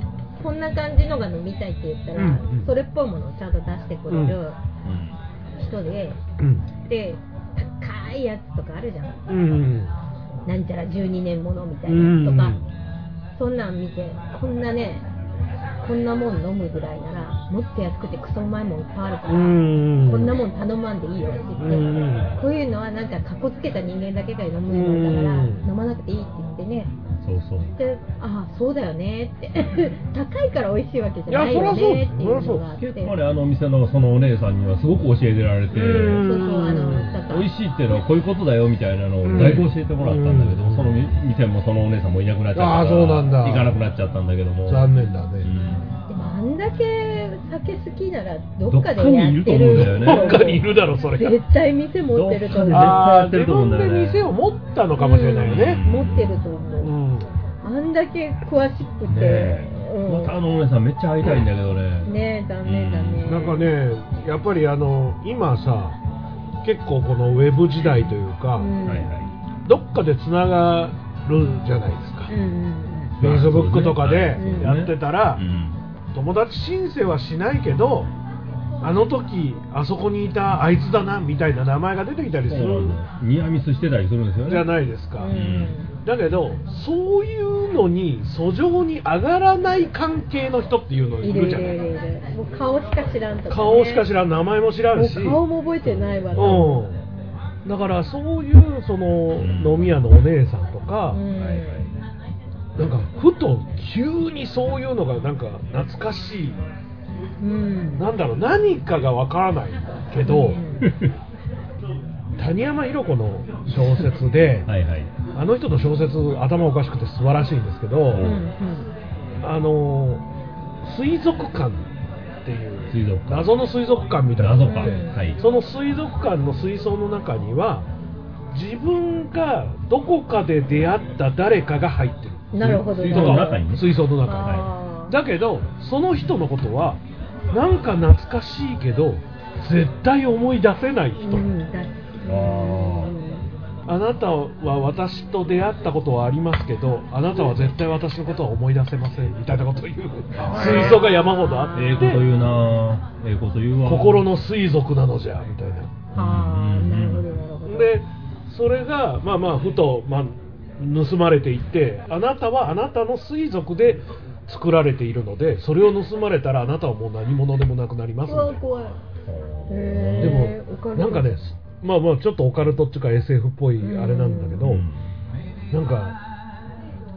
[SPEAKER 3] こんな感じのが飲みたいって言ったら、
[SPEAKER 1] うんうん
[SPEAKER 3] それっぽいものをちゃんと出してくれる人で、
[SPEAKER 1] ううん
[SPEAKER 3] で高いやつとかあるじゃん
[SPEAKER 1] うん
[SPEAKER 3] なんちゃら12年ものみたいなやつとか、
[SPEAKER 1] うん
[SPEAKER 3] そんなん見てこんなねこんなもん飲むぐらいならもっと安くてクソうまいもんいっぱいあるから、
[SPEAKER 1] うん
[SPEAKER 3] こんなもん頼まんでいいよって言って、
[SPEAKER 1] うん
[SPEAKER 3] こういうのはなんかかっこつけた人間だけが飲むものだから、
[SPEAKER 1] うん
[SPEAKER 3] 飲まなくていいって言ってね
[SPEAKER 2] そうそう
[SPEAKER 3] でああそうだよねって [LAUGHS] 高いから美味しいわけじゃない
[SPEAKER 1] いやそ
[SPEAKER 3] よ
[SPEAKER 1] り
[SPEAKER 3] ね
[SPEAKER 1] ゃ
[SPEAKER 3] ってい
[SPEAKER 1] そう
[SPEAKER 3] うのがあって
[SPEAKER 2] 結構ねあのお店のそのお姉さんにはすごく教えてられて
[SPEAKER 1] うん
[SPEAKER 3] そうそうあのなんか
[SPEAKER 2] 美味しいっていうのはこういうことだよみたいなのを
[SPEAKER 1] うん
[SPEAKER 2] だいぶ教えてもらったんだけど、
[SPEAKER 1] うん
[SPEAKER 2] その店もそのお姉さんもいなくなっちゃ
[SPEAKER 1] あ
[SPEAKER 2] ったから
[SPEAKER 1] ーそうなんだ
[SPEAKER 2] 行かなくなっちゃったんだけども
[SPEAKER 1] 残念だね、
[SPEAKER 2] うん
[SPEAKER 3] でもあんだけ酒好きならどっかでやっ
[SPEAKER 2] どっかにい
[SPEAKER 3] て
[SPEAKER 2] ると思う
[SPEAKER 3] る
[SPEAKER 2] んだよね
[SPEAKER 1] どっかにいるだろそれが
[SPEAKER 3] [LAUGHS] 絶対店持ってると思う
[SPEAKER 2] どっか
[SPEAKER 1] ああ
[SPEAKER 2] 絶対やってる
[SPEAKER 1] 自
[SPEAKER 2] と思うんだよね
[SPEAKER 1] 分で店を持ったのかもしれないよね、
[SPEAKER 3] 持ってると
[SPEAKER 1] う
[SPEAKER 3] 思う、
[SPEAKER 1] ん
[SPEAKER 3] あんだけ詳しくて、
[SPEAKER 2] ねえ、
[SPEAKER 3] うん
[SPEAKER 2] またあのお姉さんめっちゃ会いたいんだけどね、
[SPEAKER 3] ねえダメだね、
[SPEAKER 1] なんかねやっぱりあの今さ結構このウェブ時代というか、
[SPEAKER 3] うん
[SPEAKER 2] はいはい
[SPEAKER 1] どっかでつながるじゃないですか、
[SPEAKER 3] うんうん
[SPEAKER 1] フェイスブックとかで
[SPEAKER 3] うん
[SPEAKER 1] やってたら、
[SPEAKER 2] うん
[SPEAKER 1] 友達申請はしないけどあの時あそこにいたあいつだなみたいな名前が出てきたりする
[SPEAKER 2] ニアミスしてたりするんですよね
[SPEAKER 1] じゃないですか、
[SPEAKER 3] うんうん
[SPEAKER 1] だけどそういうのに訴状に上がらない関係の人っていうの
[SPEAKER 3] い
[SPEAKER 1] い
[SPEAKER 3] る
[SPEAKER 1] る
[SPEAKER 3] い
[SPEAKER 1] じゃな
[SPEAKER 3] る
[SPEAKER 1] い
[SPEAKER 3] いるいるもう顔しか知らんとか、ね、
[SPEAKER 1] 顔しか知
[SPEAKER 3] ん
[SPEAKER 1] らん名前も知らんし
[SPEAKER 3] もう顔も覚えてないわと
[SPEAKER 1] うん、だからそういうその
[SPEAKER 2] うん
[SPEAKER 1] 飲み屋のお姉さんとか、
[SPEAKER 3] うん
[SPEAKER 2] はいはい
[SPEAKER 1] なんかふと急にそういうのがなんか懐かしい
[SPEAKER 3] うん
[SPEAKER 1] なんだろう何かがわからないけど、
[SPEAKER 3] うん
[SPEAKER 1] 谷山博子の小説で
[SPEAKER 2] [LAUGHS] [LAUGHS] はいはい
[SPEAKER 1] あの人の小説頭おかしくて素晴らしいんですけど、
[SPEAKER 2] う
[SPEAKER 3] うん
[SPEAKER 2] ん
[SPEAKER 1] あの水族館っていう
[SPEAKER 2] 水族館
[SPEAKER 1] 謎の水族館みたいな
[SPEAKER 2] 謎
[SPEAKER 1] の
[SPEAKER 2] か、
[SPEAKER 1] があって
[SPEAKER 3] うん
[SPEAKER 2] はい
[SPEAKER 1] その水族館の水槽の中には自分がどこかで出会った誰かが入ってる
[SPEAKER 3] うんなるほど
[SPEAKER 2] 水
[SPEAKER 1] と
[SPEAKER 2] 槽
[SPEAKER 1] か
[SPEAKER 2] の中にね
[SPEAKER 1] 水槽の中に
[SPEAKER 3] あー
[SPEAKER 1] だけどその人のことはなんか懐かしいけど絶対思い出せない人、
[SPEAKER 3] うんだ
[SPEAKER 2] あ
[SPEAKER 1] あなたは私と出会ったことはありますけどあなたは絶対私のことは思い出せませんみたいなことを言う
[SPEAKER 2] あー
[SPEAKER 1] 水槽が山ほどあっ
[SPEAKER 2] ええこと
[SPEAKER 1] て
[SPEAKER 2] 言うなええこと言うわ
[SPEAKER 1] 心の水族なのじゃみたいな
[SPEAKER 3] あ
[SPEAKER 2] うん
[SPEAKER 3] ーなるほどなるほど
[SPEAKER 1] でそれがまあまあふと、まあ、盗まれていってあなたはあなたの水族で作られているのでそれを盗まれたらあなたはもう何者でもなくなります
[SPEAKER 3] う
[SPEAKER 1] みたい
[SPEAKER 3] わ
[SPEAKER 1] な
[SPEAKER 3] 怖いへー
[SPEAKER 1] でも
[SPEAKER 3] オカルト
[SPEAKER 1] なんかねまあまあちょっとオカルトっていうか SF っぽいあれなんだけど、
[SPEAKER 2] うん
[SPEAKER 1] なんか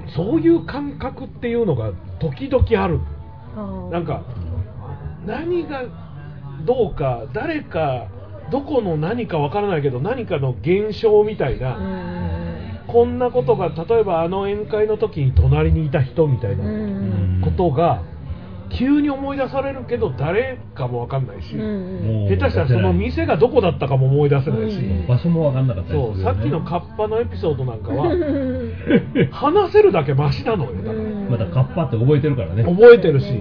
[SPEAKER 1] そういう感覚っていうのが時々あるなんか何がどうか誰かどこの何かわからないけど何かの現象みたいな、
[SPEAKER 3] うん
[SPEAKER 1] こんなことが例えばあの宴会の時に隣にいた人みたい
[SPEAKER 3] うんう
[SPEAKER 1] なんことが急に思い出されるけど誰かもわかんないし、
[SPEAKER 3] うんうん
[SPEAKER 2] もう
[SPEAKER 1] 下手したらその店がどこだったかも思い出せないし、
[SPEAKER 3] うん
[SPEAKER 2] 場所も分かんなかったりす
[SPEAKER 1] そ
[SPEAKER 2] る
[SPEAKER 1] う
[SPEAKER 2] よ
[SPEAKER 1] さ
[SPEAKER 2] ね
[SPEAKER 3] [LAUGHS]
[SPEAKER 1] っきのカッパのエピソードなんかは
[SPEAKER 3] うん
[SPEAKER 1] 話せるだけマシなのよだから、
[SPEAKER 3] うん
[SPEAKER 2] またカッパって覚えてるからね
[SPEAKER 1] 覚えてるし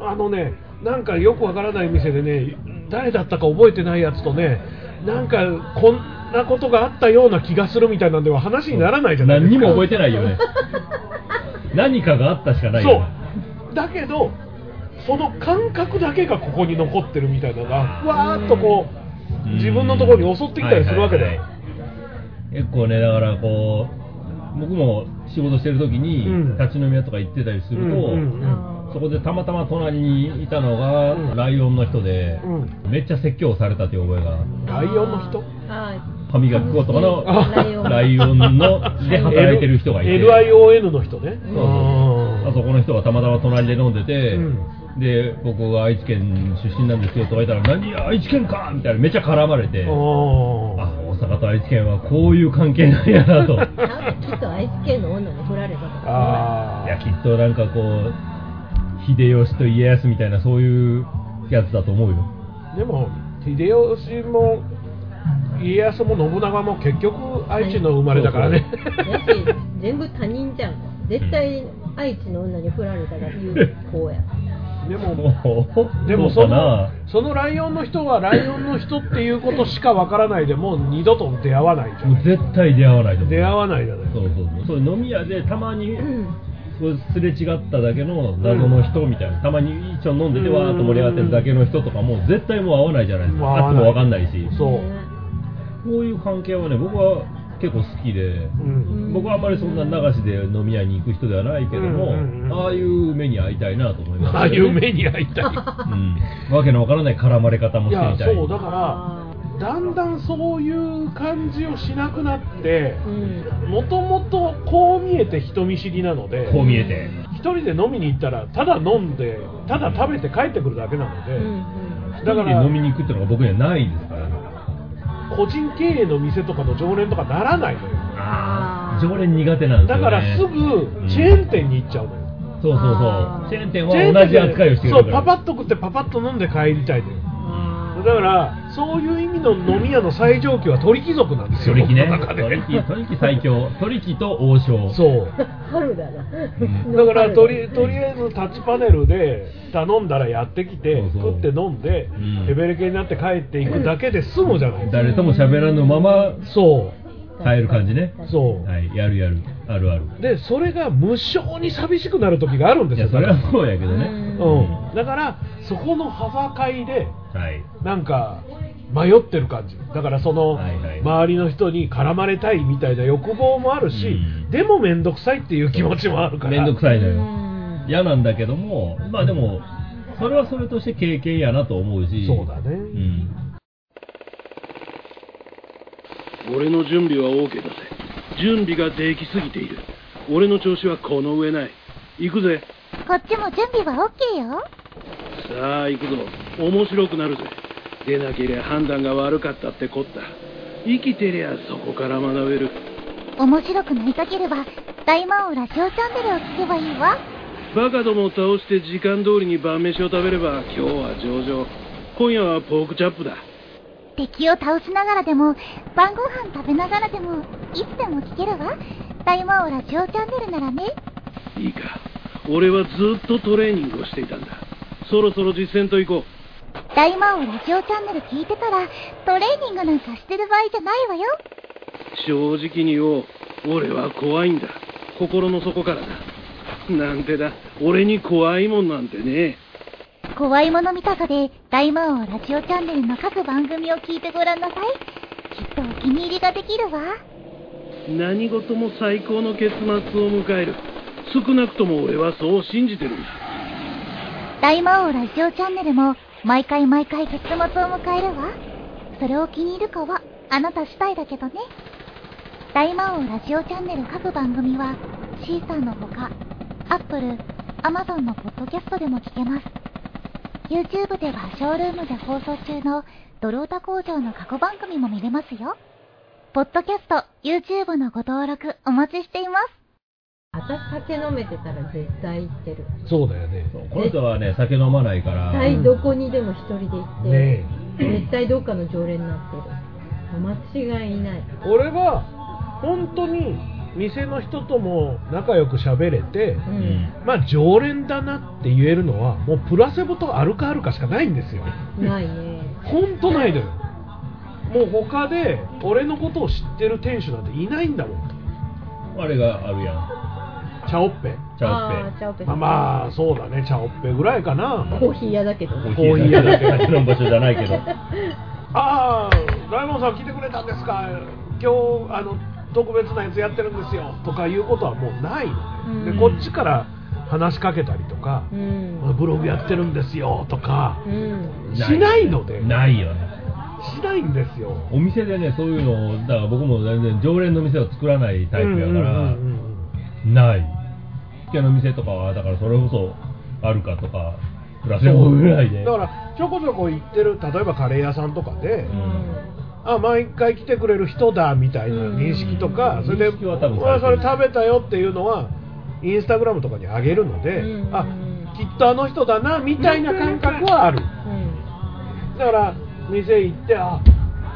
[SPEAKER 3] うん、
[SPEAKER 1] あのね、なんかよくわからない店でね、誰だったか覚えてないやつとね、なんかこんなことがあったような気がするみたいなんでは話にならないじゃないです
[SPEAKER 2] 何に
[SPEAKER 1] か。
[SPEAKER 2] も覚えてないよね [LAUGHS] 何かがあったしかないよね
[SPEAKER 1] そうだけど、その感覚だけがここに残ってるみたいなのが、わーっとこう、
[SPEAKER 2] うん
[SPEAKER 1] 自分のところに襲ってきたりするわけだよ
[SPEAKER 2] はい。はいはい結構ねだからこう僕も仕事してる時に、
[SPEAKER 1] うん
[SPEAKER 2] 立ち飲み屋とか行ってたりすると、
[SPEAKER 1] うん
[SPEAKER 3] あー
[SPEAKER 2] そこでたまたま隣にいたのが、
[SPEAKER 1] うん
[SPEAKER 2] ライオンの人で、
[SPEAKER 1] う
[SPEAKER 2] めっちゃ説教されたという覚えが
[SPEAKER 1] ライオンの人
[SPEAKER 3] は
[SPEAKER 2] 歯磨き粉とかの
[SPEAKER 1] ライ
[SPEAKER 3] オン
[SPEAKER 2] ライオンので働いてる人がいて
[SPEAKER 1] LION の人ね。
[SPEAKER 2] そうそうあそこの人がたまたま隣で飲んでて、
[SPEAKER 1] う
[SPEAKER 2] で僕は愛知県出身なんですよとか言ったら「何愛知県か!」みたいなめっちゃ絡まれて
[SPEAKER 1] あ
[SPEAKER 2] あ
[SPEAKER 1] ー
[SPEAKER 2] 大阪と愛知県はこういう関係なん
[SPEAKER 1] [LAUGHS]
[SPEAKER 2] やなとい
[SPEAKER 3] いなんかきっと愛知県の女に振られたとか
[SPEAKER 1] あー
[SPEAKER 2] やきっとなんかこう秀吉と家康みたいなそういうやつだと思うよ
[SPEAKER 1] でも秀吉も家康も信長も結局愛知の生まれだからね
[SPEAKER 2] そう
[SPEAKER 3] やし全部他人じゃん絶対愛知の女に振られたら言う子や
[SPEAKER 1] でも
[SPEAKER 2] そ
[SPEAKER 1] [LAUGHS]
[SPEAKER 2] う
[SPEAKER 1] でも
[SPEAKER 2] そ
[SPEAKER 1] そう
[SPEAKER 2] かな
[SPEAKER 1] のそのライオンの人はライオンの人っていうことしかわからないでもう二度と出会わないじゃ
[SPEAKER 2] もう
[SPEAKER 1] ない
[SPEAKER 2] 絶対出会わないと思う
[SPEAKER 1] 出会わないじゃない
[SPEAKER 2] そうそうそうそう飲み屋でたまに
[SPEAKER 3] うん
[SPEAKER 2] そうすれ違っただけの謎の人みたいな、たまに一緒に飲んでて
[SPEAKER 1] うん
[SPEAKER 2] わーっと盛り上がってるだけの人とかも絶対もう会わないじゃないです
[SPEAKER 1] もう
[SPEAKER 2] か
[SPEAKER 1] 会わ
[SPEAKER 2] 会って
[SPEAKER 1] ない
[SPEAKER 2] も分かんないし
[SPEAKER 1] そう
[SPEAKER 3] ね
[SPEAKER 2] こういう関係はね僕は結構好きで、
[SPEAKER 1] うん
[SPEAKER 2] 僕はあんまりそんな流しで飲み屋に行く人ではないけども、
[SPEAKER 1] うんうんうん
[SPEAKER 2] ああいう目に会いたいなと思います、
[SPEAKER 1] ああいう目に会いたい
[SPEAKER 2] うん、わけのわからない絡まれ方も
[SPEAKER 1] い
[SPEAKER 2] して
[SPEAKER 1] や
[SPEAKER 2] みたい
[SPEAKER 1] そうだか
[SPEAKER 3] あ
[SPEAKER 1] らだんだんそういう感じをしなくなって
[SPEAKER 3] ーうん
[SPEAKER 1] もともとこう見えて人見知りなので
[SPEAKER 2] こう見えて
[SPEAKER 1] 一人で飲みに行ったらただ飲んでただ食べて帰ってくるだけなので、
[SPEAKER 3] うん
[SPEAKER 2] 一
[SPEAKER 1] だ
[SPEAKER 2] 人
[SPEAKER 1] か
[SPEAKER 2] で
[SPEAKER 1] ら
[SPEAKER 2] 飲みに行くってのが僕にはないですから
[SPEAKER 1] 個人経営の店とかの常連とかならないのよ
[SPEAKER 2] あ
[SPEAKER 3] あー
[SPEAKER 2] あ常連苦手なんで
[SPEAKER 1] だ
[SPEAKER 2] すよ、ね、
[SPEAKER 1] からすぐチェーン店に行っちゃうのよ、
[SPEAKER 2] そうそう
[SPEAKER 3] あ
[SPEAKER 2] そう
[SPEAKER 3] ー
[SPEAKER 2] チェーン店
[SPEAKER 1] チェーン
[SPEAKER 2] は同じ扱いをしてくれるから
[SPEAKER 1] そうパパッと食ってパパッと飲んで帰りたいのよ
[SPEAKER 3] あ
[SPEAKER 1] だ
[SPEAKER 3] ー
[SPEAKER 1] からそういう意味の飲み屋の最上級は鳥貴族なんですよ
[SPEAKER 2] 取引ね
[SPEAKER 1] 僕の中で
[SPEAKER 2] 取引取引最強取引と王将
[SPEAKER 1] そう
[SPEAKER 3] [LAUGHS] 春だな。
[SPEAKER 2] ん
[SPEAKER 1] だからとりとりあえずタッチパネルで頼んだらやってきて
[SPEAKER 2] そうそう
[SPEAKER 1] 食って飲んで、
[SPEAKER 2] うん
[SPEAKER 1] ヘベレケになって帰っていくだけで済むじゃないですか、
[SPEAKER 2] 誰とも喋らぬまま
[SPEAKER 1] そう
[SPEAKER 2] 変える感じね
[SPEAKER 1] そう
[SPEAKER 2] はいやるやるあるある
[SPEAKER 1] でそれが無性に寂しくなる時があるんで
[SPEAKER 2] い
[SPEAKER 1] すよ
[SPEAKER 2] やそれはそうやけどね
[SPEAKER 3] う
[SPEAKER 1] うん、だからそこの幅会で
[SPEAKER 2] はい
[SPEAKER 1] なんか迷ってる感じだからその
[SPEAKER 2] はいはい
[SPEAKER 1] 周りの人に絡まれたいみたいな欲望もあるし、
[SPEAKER 2] うん
[SPEAKER 1] でも面倒くさいっていう気持ちもあるから
[SPEAKER 2] 面倒
[SPEAKER 1] い
[SPEAKER 2] くさいの
[SPEAKER 3] う
[SPEAKER 2] よ
[SPEAKER 3] ん
[SPEAKER 2] 嫌なんだけどもまあでもそれはそれとして経験やなと思うし
[SPEAKER 1] そうだね
[SPEAKER 2] うん
[SPEAKER 4] 俺の準備は OK だぜ準備ができすぎている俺の調子はこの上ない行くぜ
[SPEAKER 5] こっちも準備は OK よ。
[SPEAKER 4] さあ行くぞ面白くなるぜ出なけりゃ判断が悪かったってこった生きてりゃそこから学べる
[SPEAKER 5] 面白くなりたければ、大魔王ラジオチャンネルを聞けばいいわ。
[SPEAKER 4] バカどもを倒して時間通りに晩飯を食べれば今日は上々今夜はポークチャップだ
[SPEAKER 5] 敵を倒しながらでも、晩ご飯食べながらでも、いつでも聞けるわ。大魔王ラジオチャンネルならね。
[SPEAKER 4] いいか俺はずっとトレーニングをしていたんだそろそろ実践と行こう
[SPEAKER 5] 大魔王ラジオチャンネル聞いてたら、トレーニングなんかしてる場合じゃないわよ。
[SPEAKER 4] 正直に言おう俺は怖いんだ心の底からだなんてだ俺に怖いもんなんてね
[SPEAKER 5] 怖いもの見たさで、大魔王ラジオチャンネルの各番組を聞いてごらんなさい。きっとお気に入りができるわ。
[SPEAKER 4] 何事も最高の結末を迎える少なくとも俺はそう信じてるんだ
[SPEAKER 5] 大魔王ラジオチャンネルも毎回毎回結末を迎えるわそれを気に入るかはあなた次第だけどね大魔王ラジオチャンネル各番組はシーサーのほか Apple、Amazon のポッドキャストでも聞けます YouTube ではショールームで放送中のドロータ工場の過去番組も見れますよポッドキャスト、YouTube のご登録お待ちしています
[SPEAKER 3] 私酒飲めてたら絶対行ってる。
[SPEAKER 1] そうだよね
[SPEAKER 2] そうこの人はね酒飲まないから
[SPEAKER 3] 絶対どこにでも一人で行って、
[SPEAKER 1] ね
[SPEAKER 3] 絶対どっかの常連になってる。間違いない。
[SPEAKER 1] 俺は本当に店の人とも仲良く喋れて、
[SPEAKER 2] う
[SPEAKER 3] う、
[SPEAKER 2] ん
[SPEAKER 1] まあ常連だなって言えるのはもうプラセボとアルカアルカしかないんですよ
[SPEAKER 3] ないね
[SPEAKER 1] 本当ないのよもう他で俺のことを知ってる店主なんていないんだもん
[SPEAKER 2] あれがあるやん
[SPEAKER 1] チャオッペ
[SPEAKER 2] チャオ
[SPEAKER 3] あ
[SPEAKER 2] ッ
[SPEAKER 3] ー
[SPEAKER 2] ペ
[SPEAKER 3] チャオペ
[SPEAKER 1] まあまあそうだねチャオッペぐらいかな
[SPEAKER 3] コーヒー屋だけどね
[SPEAKER 2] コーヒー屋だけ立ち飲む場所じゃないけど
[SPEAKER 1] ああ大門さん来てくれたんですか今日あの特別なやつやってるんですよとかいうことはもうないのね、
[SPEAKER 3] うん
[SPEAKER 1] でこっちから話しかけたりとか
[SPEAKER 3] う、
[SPEAKER 1] ブ
[SPEAKER 3] ん
[SPEAKER 1] ログやってるんですよとか
[SPEAKER 3] うん
[SPEAKER 1] [LAUGHS] しないので
[SPEAKER 2] ないよね
[SPEAKER 1] しないんですよ
[SPEAKER 2] お店でねそういうのをだから僕も全然常連の店を作らないタイプや
[SPEAKER 1] う
[SPEAKER 2] から、
[SPEAKER 1] んうんうんうん
[SPEAKER 2] ない家の店とかはだからそれこそあるかとかプラスでもぐらいで
[SPEAKER 1] だからちょこちょこ行ってる例えばカレー屋さんとかで、
[SPEAKER 2] うん
[SPEAKER 1] あ毎回来てくれる人だみたいな認識とか、
[SPEAKER 2] うん
[SPEAKER 1] それで
[SPEAKER 2] 認識は多分
[SPEAKER 1] うわそ
[SPEAKER 2] され
[SPEAKER 1] れ
[SPEAKER 2] てる
[SPEAKER 1] 食べたよっていうのはインスタグラムとかに上げるので、
[SPEAKER 3] うん
[SPEAKER 1] あきっとあの人だなみたいな感覚はある、
[SPEAKER 3] うん
[SPEAKER 1] だから店行ってあ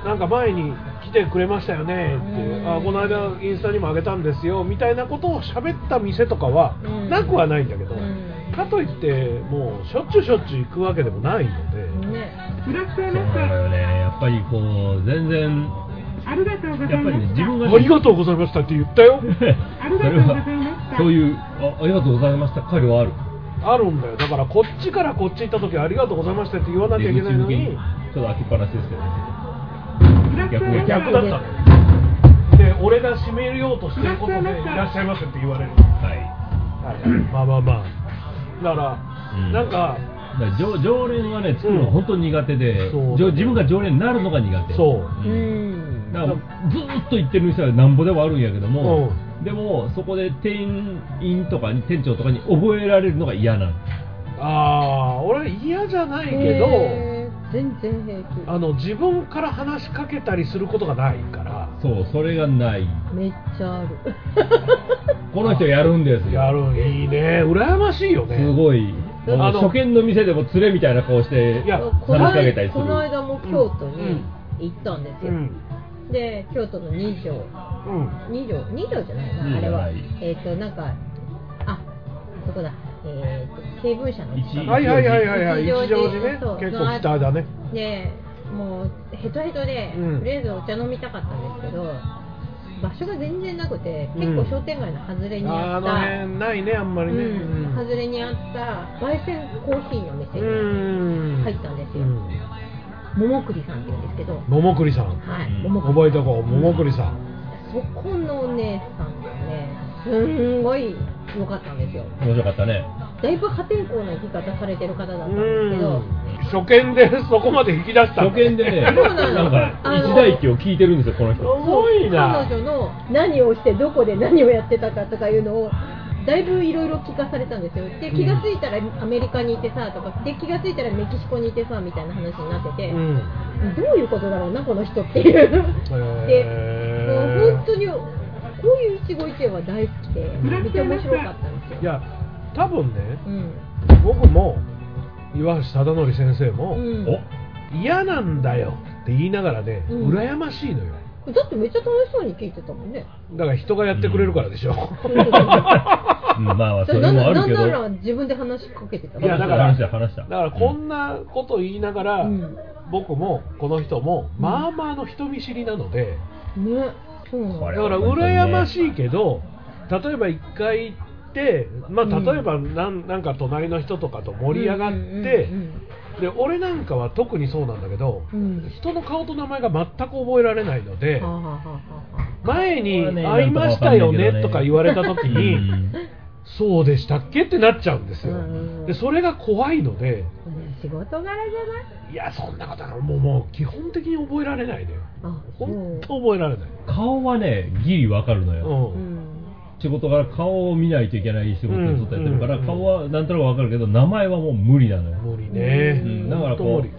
[SPEAKER 1] なんか前に来てくれましたよねっていう、
[SPEAKER 3] うん
[SPEAKER 1] あこの間インスタにも上げたんですよみたいなことを喋った店とかは
[SPEAKER 3] うん
[SPEAKER 1] なくはないんだけど、
[SPEAKER 3] うん
[SPEAKER 1] かといってもうしょっちゅうしょっちゅう行くわけでもないので。
[SPEAKER 3] ね
[SPEAKER 2] そうなのよねやっぱりこう全然やっぱりね自分がね
[SPEAKER 1] ありがとうございましたって言ったよ
[SPEAKER 2] [LAUGHS] それはそういうあありがとうございました会はある
[SPEAKER 1] あるんだよだからこっちからこっち行った時ありがとうございましたって言わなきゃいけないのに
[SPEAKER 2] ちょっと開きっぱなしですけどね逆に
[SPEAKER 1] 逆だったので俺が閉めようとしてることで「いらっしゃいませ」って言われる、
[SPEAKER 2] は
[SPEAKER 1] はい、まあまあまあだから、
[SPEAKER 2] うん
[SPEAKER 1] なんか
[SPEAKER 2] いだから常常連はね作るの本当に苦手で、
[SPEAKER 1] そう
[SPEAKER 2] じょ自分が常連になるのが苦手
[SPEAKER 1] そう
[SPEAKER 3] うん
[SPEAKER 2] だからずーっと行ってる店はなんぼでもあるんやけども、
[SPEAKER 1] う
[SPEAKER 2] でもそこで店員とかに店長とかに覚えられるのが嫌なの
[SPEAKER 1] ああ俺嫌じゃないけど、
[SPEAKER 3] へー全然平気
[SPEAKER 1] あの自分から話しかけたりすることがないから
[SPEAKER 2] そうそれがない
[SPEAKER 3] めっちゃある
[SPEAKER 2] この人やるんですよ
[SPEAKER 1] やるんいいね羨ましいよね
[SPEAKER 2] すごいもう
[SPEAKER 1] あの
[SPEAKER 2] 初見の店でも連れみたいな顔して
[SPEAKER 1] いや
[SPEAKER 2] 話
[SPEAKER 3] この
[SPEAKER 2] しかけたりす
[SPEAKER 3] 間こ
[SPEAKER 2] る
[SPEAKER 3] の間も京都に行ったんです
[SPEAKER 1] う
[SPEAKER 3] よ、
[SPEAKER 1] ん
[SPEAKER 3] で京都の2条
[SPEAKER 1] うん
[SPEAKER 3] 2条2条じゃない
[SPEAKER 2] 二条
[SPEAKER 3] なあれは
[SPEAKER 2] じゃない
[SPEAKER 3] えっ、となんかあそこだえっ、と経文社の
[SPEAKER 2] 一
[SPEAKER 1] はいはいはいはいはい一
[SPEAKER 3] 一
[SPEAKER 1] 条寺
[SPEAKER 3] 条寺
[SPEAKER 1] ね
[SPEAKER 3] そう
[SPEAKER 1] 結構北だね
[SPEAKER 3] でもうヘトヘトで、
[SPEAKER 1] うん
[SPEAKER 3] とりあえずお茶飲みたかったんですけど場所が全然なくて結構商店街の外れにあ
[SPEAKER 1] あ
[SPEAKER 3] った、
[SPEAKER 1] の辺ないねあんまりね
[SPEAKER 3] うん、
[SPEAKER 1] うん
[SPEAKER 3] 外れにあった焙煎コーヒーの店に
[SPEAKER 1] うん
[SPEAKER 3] 入ったんですよ
[SPEAKER 1] うん
[SPEAKER 3] 桃栗さんって言うんですけど、
[SPEAKER 1] 桃栗さん
[SPEAKER 3] はい、
[SPEAKER 2] うん
[SPEAKER 3] 桃栗
[SPEAKER 1] 覚えとこう桃栗さん
[SPEAKER 3] そこのお姉さんがねすんごい良かったんですよ
[SPEAKER 2] 面白かったね
[SPEAKER 3] だいぶ破天荒な生き方されてる方だったん
[SPEAKER 1] う
[SPEAKER 3] ですけど
[SPEAKER 1] ん初見で [LAUGHS] そこまで引き出した
[SPEAKER 2] 初見でね
[SPEAKER 1] す
[SPEAKER 3] そうな
[SPEAKER 2] なん
[SPEAKER 3] の
[SPEAKER 2] か
[SPEAKER 3] あの
[SPEAKER 2] 一大機を聞いてるんですよこの人
[SPEAKER 1] ごいな
[SPEAKER 3] 彼女の何をしてどこで何をやってたかとかいうのをだいぶいろいろ聞かされたんですよで気がついたらアメリカにいてさとかで気がついたらメキシコにいてさみたいな話になってて、
[SPEAKER 1] うん
[SPEAKER 3] どういうことだろうなこの人っていうでもう本当にこういう一期一会は大好きでめっちゃ面白かったんですよ
[SPEAKER 1] いや多分ね
[SPEAKER 3] うん
[SPEAKER 1] 僕も岩橋忠則先生も
[SPEAKER 3] うん
[SPEAKER 2] お
[SPEAKER 1] 「嫌なんだよ」って言いながらね
[SPEAKER 3] うん
[SPEAKER 1] 羨ましいのよ
[SPEAKER 3] だってめっちゃ楽しそうに聞いてたもんね
[SPEAKER 1] だから人がやってくれるからでしょ
[SPEAKER 2] うんまあまあそ
[SPEAKER 3] それ
[SPEAKER 2] れ
[SPEAKER 3] なん
[SPEAKER 2] もあ
[SPEAKER 3] な
[SPEAKER 2] る
[SPEAKER 3] な
[SPEAKER 2] け
[SPEAKER 3] ん
[SPEAKER 2] ど
[SPEAKER 3] なら自分で話しかけてた
[SPEAKER 1] いやだから
[SPEAKER 2] 話した話した
[SPEAKER 1] だからこんなこと言いながら、
[SPEAKER 3] うん
[SPEAKER 1] 僕もこの人もまあまあの人見知りなので、
[SPEAKER 3] ねそうな
[SPEAKER 2] こ
[SPEAKER 3] の
[SPEAKER 2] れ
[SPEAKER 1] だから羨ましいけど、例えば1回行って、まあ、
[SPEAKER 3] うん
[SPEAKER 1] 例えばなんなんか隣の人とかと盛り上がって、
[SPEAKER 3] うん
[SPEAKER 1] で俺なんかは特にそうなんだけど、
[SPEAKER 3] うんうんうん
[SPEAKER 1] 人の顔と名前が全く覚えられないので
[SPEAKER 3] はあ、はあはあはあ
[SPEAKER 1] 前に
[SPEAKER 2] これね
[SPEAKER 1] 会いましたよねとか言われた時
[SPEAKER 2] う
[SPEAKER 1] に、
[SPEAKER 2] ん
[SPEAKER 1] そうでしたっけってなっちゃうんですよ。
[SPEAKER 3] うん
[SPEAKER 1] でそれが怖いので
[SPEAKER 3] ね仕事柄じゃない
[SPEAKER 1] いやそんなことはもうもう基本的に覚えられないのよ
[SPEAKER 3] あ
[SPEAKER 1] 本当覚えられない、
[SPEAKER 2] 顔はねギリわかるのよ、
[SPEAKER 1] う
[SPEAKER 3] うんん
[SPEAKER 2] 仕事から顔を見ないといけない仕事をずっとやってるから、
[SPEAKER 1] うんうん
[SPEAKER 2] 顔はなんとなくわかるけど名前はもう無理なのよ
[SPEAKER 1] 無理ね、
[SPEAKER 2] うんだからこう
[SPEAKER 1] 本